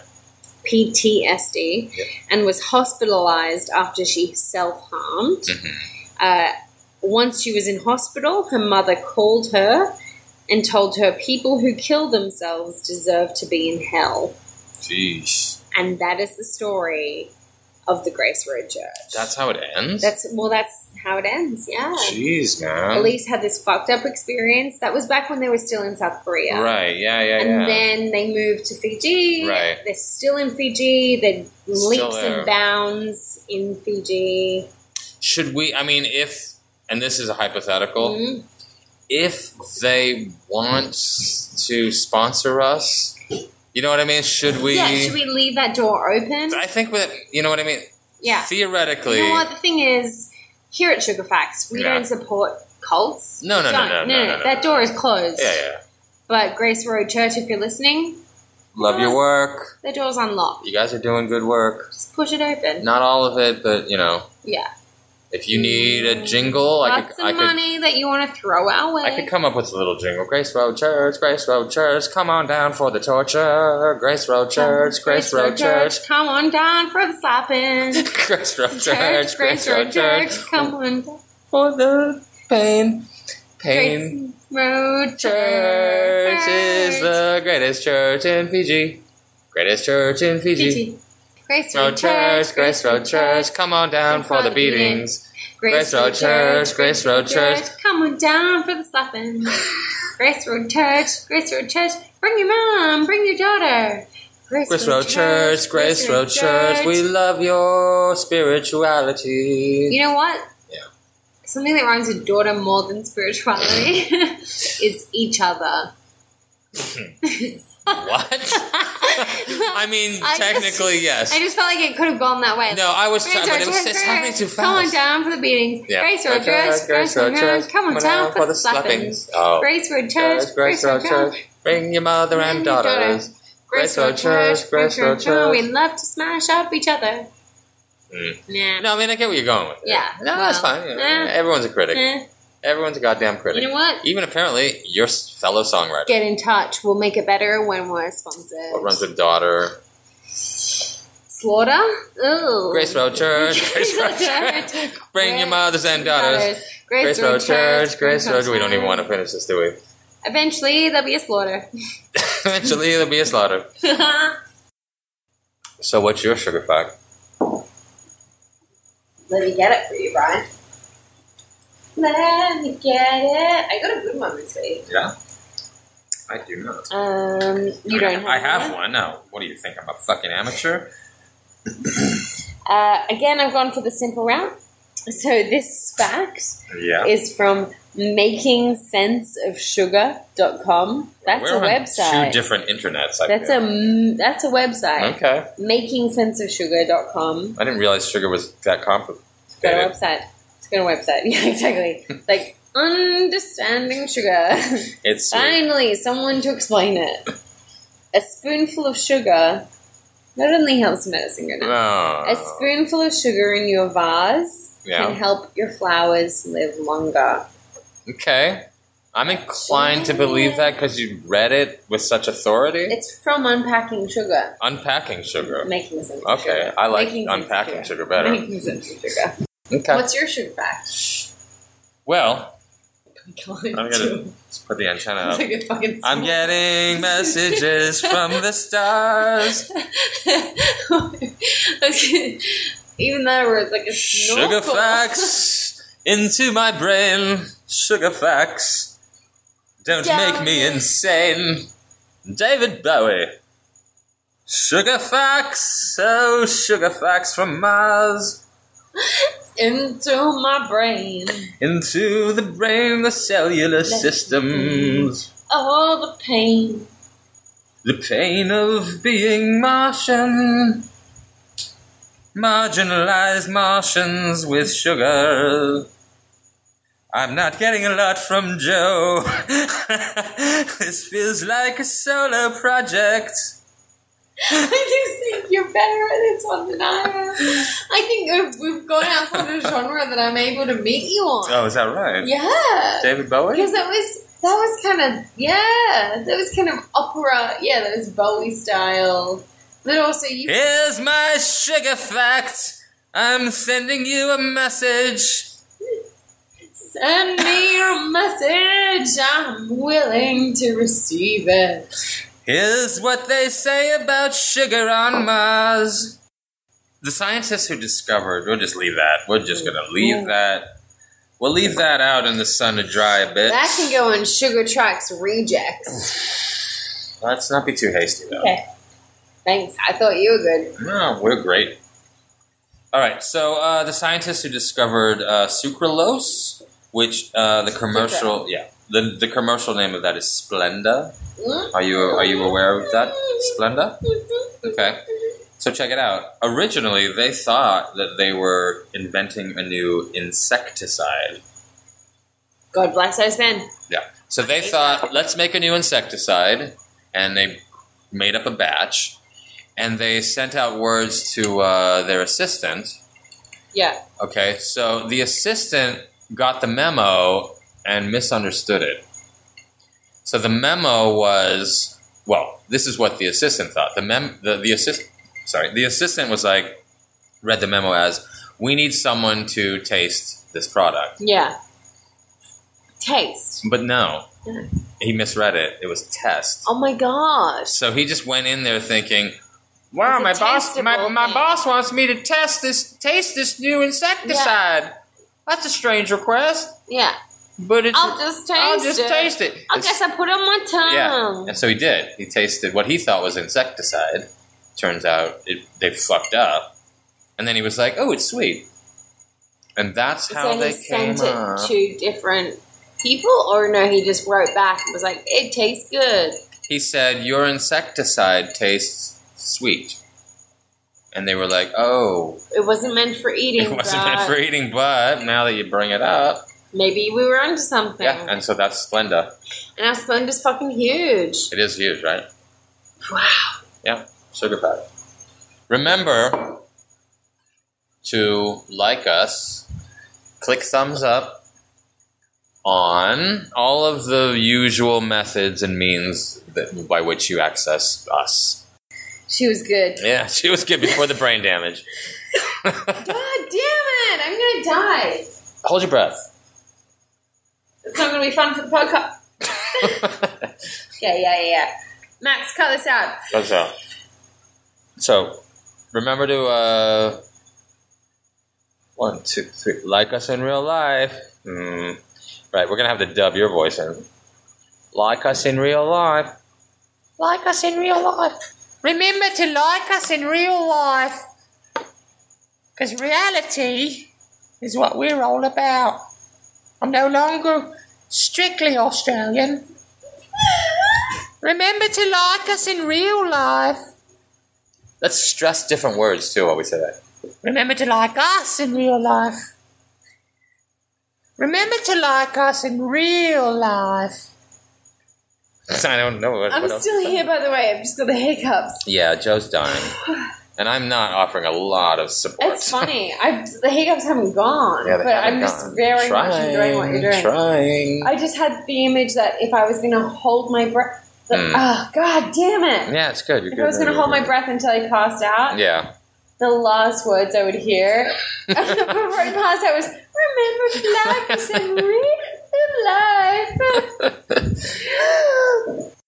Speaker 1: PTSD,
Speaker 2: Yeah.
Speaker 1: and was hospitalized after she self harmed.
Speaker 2: Mhm.
Speaker 1: Uh, once she was in hospital, her mother called her and told her people who kill themselves deserve to be in hell.
Speaker 2: Jeez.
Speaker 1: And that is the story of the Grace Road Church.
Speaker 2: That's how it ends.
Speaker 1: That's well, that's how it ends. Yeah.
Speaker 2: Jeez, man.
Speaker 1: Elise had this fucked up experience. That was back when they were still in South Korea.
Speaker 2: Right? Yeah, yeah,
Speaker 1: And
Speaker 2: yeah.
Speaker 1: then they moved to Fiji.
Speaker 2: Right.
Speaker 1: They're still in Fiji. They're
Speaker 2: Still
Speaker 1: leaps
Speaker 2: there.
Speaker 1: and bounds in Fiji.
Speaker 2: Should we? I mean, if and this is a hypothetical.
Speaker 1: Mhm.
Speaker 2: if they want to sponsor us, you know what I mean? Should we?
Speaker 1: yeah, should we leave that door open?
Speaker 2: I think that you know what I mean.
Speaker 1: Yeah.
Speaker 2: Theoretically,
Speaker 1: You know what? The thing is, here at Sugar Facts, we
Speaker 2: Yeah.
Speaker 1: don't support cults.
Speaker 2: No, no, no,
Speaker 1: Don't.
Speaker 2: no, no, no, no,
Speaker 1: That
Speaker 2: no.
Speaker 1: door is closed.
Speaker 2: yeah, yeah.
Speaker 1: But Grace Road Church, if you're listening,
Speaker 2: Love your work.
Speaker 1: the door's unlocked.
Speaker 2: You guys are doing good work.
Speaker 1: Just push it open.
Speaker 2: Not all of it, but you know,
Speaker 1: Yeah.
Speaker 2: if you need a jingle, I
Speaker 1: Lots of
Speaker 2: could, I could,
Speaker 1: money that you want to throw our way.
Speaker 2: I could come up with a little jingle. Grace Road Church, Grace Road Church, come on down for the torture. Grace Road Church, Grace Road Church,
Speaker 1: Come on down for the
Speaker 2: [LAUGHS]
Speaker 1: slapping.
Speaker 2: Grace Road
Speaker 1: Church,
Speaker 2: Church,
Speaker 1: Grace Road Church. Come on down.
Speaker 2: for the pain, pain.
Speaker 1: Grace Road
Speaker 2: church is the greatest church in Fiji. Greatest church in Fiji.
Speaker 1: Fiji. Grace
Speaker 2: Road Church, Grace Road Church, come on down for the beatings. Grace Road Church, Grace Road Church.
Speaker 1: Come on down for the
Speaker 2: [LAUGHS]
Speaker 1: slapping. Grace Road Church, Grace Road Church. Bring your mom, bring your daughter.
Speaker 2: Grace Road Church, Grace Road Church, we love your spirituality.
Speaker 1: You know what?
Speaker 2: Yeah.
Speaker 1: Something that rhymes with daughter more than spirituality
Speaker 2: [LAUGHS]
Speaker 1: [LAUGHS] is each other. [LAUGHS]
Speaker 2: What? I mean,
Speaker 1: I just-
Speaker 2: technically,
Speaker 1: I
Speaker 2: yes.
Speaker 1: just felt like it could have gone that way.
Speaker 2: No, I was
Speaker 1: Grace
Speaker 2: trying,
Speaker 1: Road
Speaker 2: but it was
Speaker 1: Church,
Speaker 2: it's happening too
Speaker 1: Come on
Speaker 2: fast.
Speaker 1: down for the beatings.
Speaker 2: Yeah.
Speaker 1: Grace Road Church, Grace Road Church, come on down for the slappings.
Speaker 2: Oh.
Speaker 1: Grace Road Church, Grace Road Church,
Speaker 2: Bring your mother
Speaker 1: Bring
Speaker 2: and
Speaker 1: your daughter.
Speaker 2: daughters.
Speaker 1: Grace Road Church, Grace Road Church. We love to smash up each other.
Speaker 2: Mm.
Speaker 1: Nah.
Speaker 2: No, I mean I get where you're going with it.
Speaker 1: Yeah,
Speaker 2: No, that's
Speaker 1: well,
Speaker 2: fine.
Speaker 1: eh.
Speaker 2: Everyone's a critic.
Speaker 1: Eh.
Speaker 2: Everyone's a goddamn
Speaker 1: You
Speaker 2: critic.
Speaker 1: know what?
Speaker 2: Even apparently your s- fellow songwriter.
Speaker 1: Get in touch. We'll make it better when we're sponsored.
Speaker 2: What runs with daughter?
Speaker 1: Slaughter? Ooh.
Speaker 2: Grace Road Church. [LAUGHS] Grace Road Church. Bring your mothers and daughters. Grace Road Church. Grace Road. We don't even want to finish this, do we?
Speaker 1: Eventually, there'll be a slaughter. [LAUGHS]
Speaker 2: [LAUGHS] Eventually, there'll be a slaughter.
Speaker 1: Let
Speaker 2: So, what's your sugar fuck?
Speaker 1: me get it for you, Brian. Let me get it. I got a good one this week.
Speaker 2: Yeah. I do not.
Speaker 1: Um, you don't. Have
Speaker 2: I have one. No. What do you think? I'm a fucking amateur.
Speaker 1: Uh, again, I've gone for the simple route. So this fact
Speaker 2: Yeah.
Speaker 1: is from makingsenseofsugar.com. That's
Speaker 2: We're
Speaker 1: a
Speaker 2: on Two
Speaker 1: website.
Speaker 2: different internets. I
Speaker 1: that's a
Speaker 2: feel.
Speaker 1: m- that's a website.
Speaker 2: Okay.
Speaker 1: Makingsenseofsugar.com.
Speaker 2: I didn't realize sugar was that complicated.
Speaker 1: It's got a website. It's got a website. [LAUGHS] Yeah, exactly. It's like understanding
Speaker 2: [LAUGHS]
Speaker 1: sugar.
Speaker 2: It's sweet.
Speaker 1: Finally, someone to explain it. A spoonful of sugar not only helps medicine go down.
Speaker 2: Oh.
Speaker 1: A spoonful of sugar in your vase can
Speaker 2: Yeah.
Speaker 1: help your flowers live longer.
Speaker 2: Okay. I'm inclined to believe that because you read it with such authority.
Speaker 1: It's from unpacking sugar,
Speaker 2: Unpacking sugar.
Speaker 1: making sense. of
Speaker 2: Okay,
Speaker 1: sugar.
Speaker 2: I like
Speaker 1: Making sense of
Speaker 2: unpacking sugar better.
Speaker 1: Making sense of sugar.
Speaker 2: Okay.
Speaker 1: What's your sugar [LAUGHS] fact?
Speaker 2: Well,
Speaker 1: I'm
Speaker 2: I'm gonna let's put the antenna
Speaker 1: It's [LAUGHS]
Speaker 2: up.
Speaker 1: like a fucking.
Speaker 2: I'm getting messages from the stars.
Speaker 1: [LAUGHS] Okay. Even that word, like a snorkel.
Speaker 2: Sugar facts into my brain. Sugar facts. Don't make me insane. David Bowie. Sugar facts. Oh, sugar facts from Mars.
Speaker 1: Into my brain,
Speaker 2: Into the brain, the cellular systems.
Speaker 1: all the pain. [LAUGHS]
Speaker 2: The pain of being Martian. Marginalized Martians with sugar. I'm not getting a lot from Joe. [LAUGHS] this feels like a solo project.
Speaker 1: I just think you're better at this one than I am. I think we've- we've gone outside the genre that I'm able to meet you on.
Speaker 2: Oh, is that right?
Speaker 1: Yeah,
Speaker 2: David Bowie?
Speaker 1: because that was that was kind of yeah, that was kind of opera. Yeah, that was Bowie style. But also you.
Speaker 2: Here's my sugar fact. I'm sending you a message.
Speaker 1: Send me your message. I'm willing to receive it.
Speaker 2: Here's what they say about sugar on Mars. the scientists who discovered, we'll just leave that. We're just gonna
Speaker 1: Mm.
Speaker 2: leave that. We'll leave that out in the sun to dry a bit.
Speaker 1: That can go on Sugar Tracks Rejects.
Speaker 2: Let's not be too hasty though.
Speaker 1: Okay. Thanks. I thought you were good.
Speaker 2: No, we're great. All right, so uh, the scientists who discovered uh, sucralose, which uh, the commercial, yeah, the, the commercial name of that is Splenda. Are you are you aware of that Splenda?
Speaker 1: Mm-hmm.
Speaker 2: Okay, so check it out. Originally, they thought that they were inventing a new insecticide.
Speaker 1: God bless those men.
Speaker 2: So they thought, let's make a new insecticide, and they made up a batch, and they sent out words to uh, their assistant.
Speaker 1: Yeah.
Speaker 2: Okay, so the assistant got the memo and misunderstood it. So the memo was well, this is what the assistant thought. The mem the, the assist sorry, the assistant was like read the memo as we need someone to taste this product.
Speaker 1: Yeah. Taste.
Speaker 2: But no. He misread it. It was test.
Speaker 1: Oh my gosh.
Speaker 2: So he just went in there thinking, "Wow, my
Speaker 1: It's a
Speaker 2: boss, my,
Speaker 1: testable
Speaker 2: my
Speaker 1: thing."
Speaker 2: boss wants me to test this, taste this new insecticide. That's a strange request,
Speaker 1: Yeah.
Speaker 2: but it's
Speaker 1: I'll just taste
Speaker 2: I'll just
Speaker 1: it.
Speaker 2: taste it."
Speaker 1: I
Speaker 2: It's-
Speaker 1: guess I put it on my tongue.
Speaker 2: yeah, and so he did. He tasted what he thought was insecticide. Turns out it, they fucked up, and then he was like, "Oh, it's sweet," and that's how
Speaker 1: so
Speaker 2: they
Speaker 1: he sent
Speaker 2: came
Speaker 1: it
Speaker 2: up.
Speaker 1: to different people, or no? He just wrote back and was like, "It tastes good."
Speaker 2: he said, Your insecticide tastes sweet. And they were like, Oh, [LAUGHS]
Speaker 1: It wasn't meant for eating.
Speaker 2: it wasn't
Speaker 1: but
Speaker 2: meant for eating, but now that you bring it up.
Speaker 1: Maybe we were onto something.
Speaker 2: Yeah, and so that's Splenda.
Speaker 1: and our Splenda's fucking huge.
Speaker 2: It is huge, right?
Speaker 1: Wow.
Speaker 2: Yeah, sugar powder. Remember to like us, click thumbs up on all of the usual methods and means that, by which you access us.
Speaker 1: She was good.
Speaker 2: Yeah, [LAUGHS] she was good before the brain damage. [LAUGHS]
Speaker 1: God damn it! I'm gonna die.
Speaker 2: Hold your breath. [LAUGHS]
Speaker 1: It's not gonna be fun for the podcast. Yeah, yeah, yeah, yeah. Max, cut this out.
Speaker 2: That's so. So, remember to uh, one, two, three, like us in real life. Mm. Right, we're gonna have to dub your voice in. Like us in real life. Like us in real life. Remember to like us in real life. Because reality is what we're all about. I'm no longer strictly Australian. Remember to like us in real life. Let's stress different words too while we say that. [LAUGHS] Remember to like us in real life. Remember to like us in real life. I don't know what,
Speaker 1: I'm
Speaker 2: what else
Speaker 1: still
Speaker 2: to say.
Speaker 1: here, by the way. I've just got the hiccups.
Speaker 2: Yeah,
Speaker 1: [SIGHS]
Speaker 2: Joe's dying. and I'm not offering a lot of support.
Speaker 1: It's funny. I've the hiccups haven't gone,
Speaker 2: [LAUGHS] Yeah, they
Speaker 1: but
Speaker 2: haven't
Speaker 1: I'm just
Speaker 2: gone.
Speaker 1: very
Speaker 2: trying,
Speaker 1: much enjoying what you're doing.
Speaker 2: Trying.
Speaker 1: I just had the image that if I was going to hold my breath, that,
Speaker 2: Mm.
Speaker 1: oh god damn it!
Speaker 2: Yeah, it's good. You're
Speaker 1: If
Speaker 2: good.
Speaker 1: I was going to hold my breath until I passed out,
Speaker 2: Yeah.
Speaker 1: the last words I would hear [LAUGHS] before
Speaker 2: [LAUGHS]
Speaker 1: I passed out was "Remember [LAUGHS] to
Speaker 2: [LAUGHS]
Speaker 1: like us and read the life."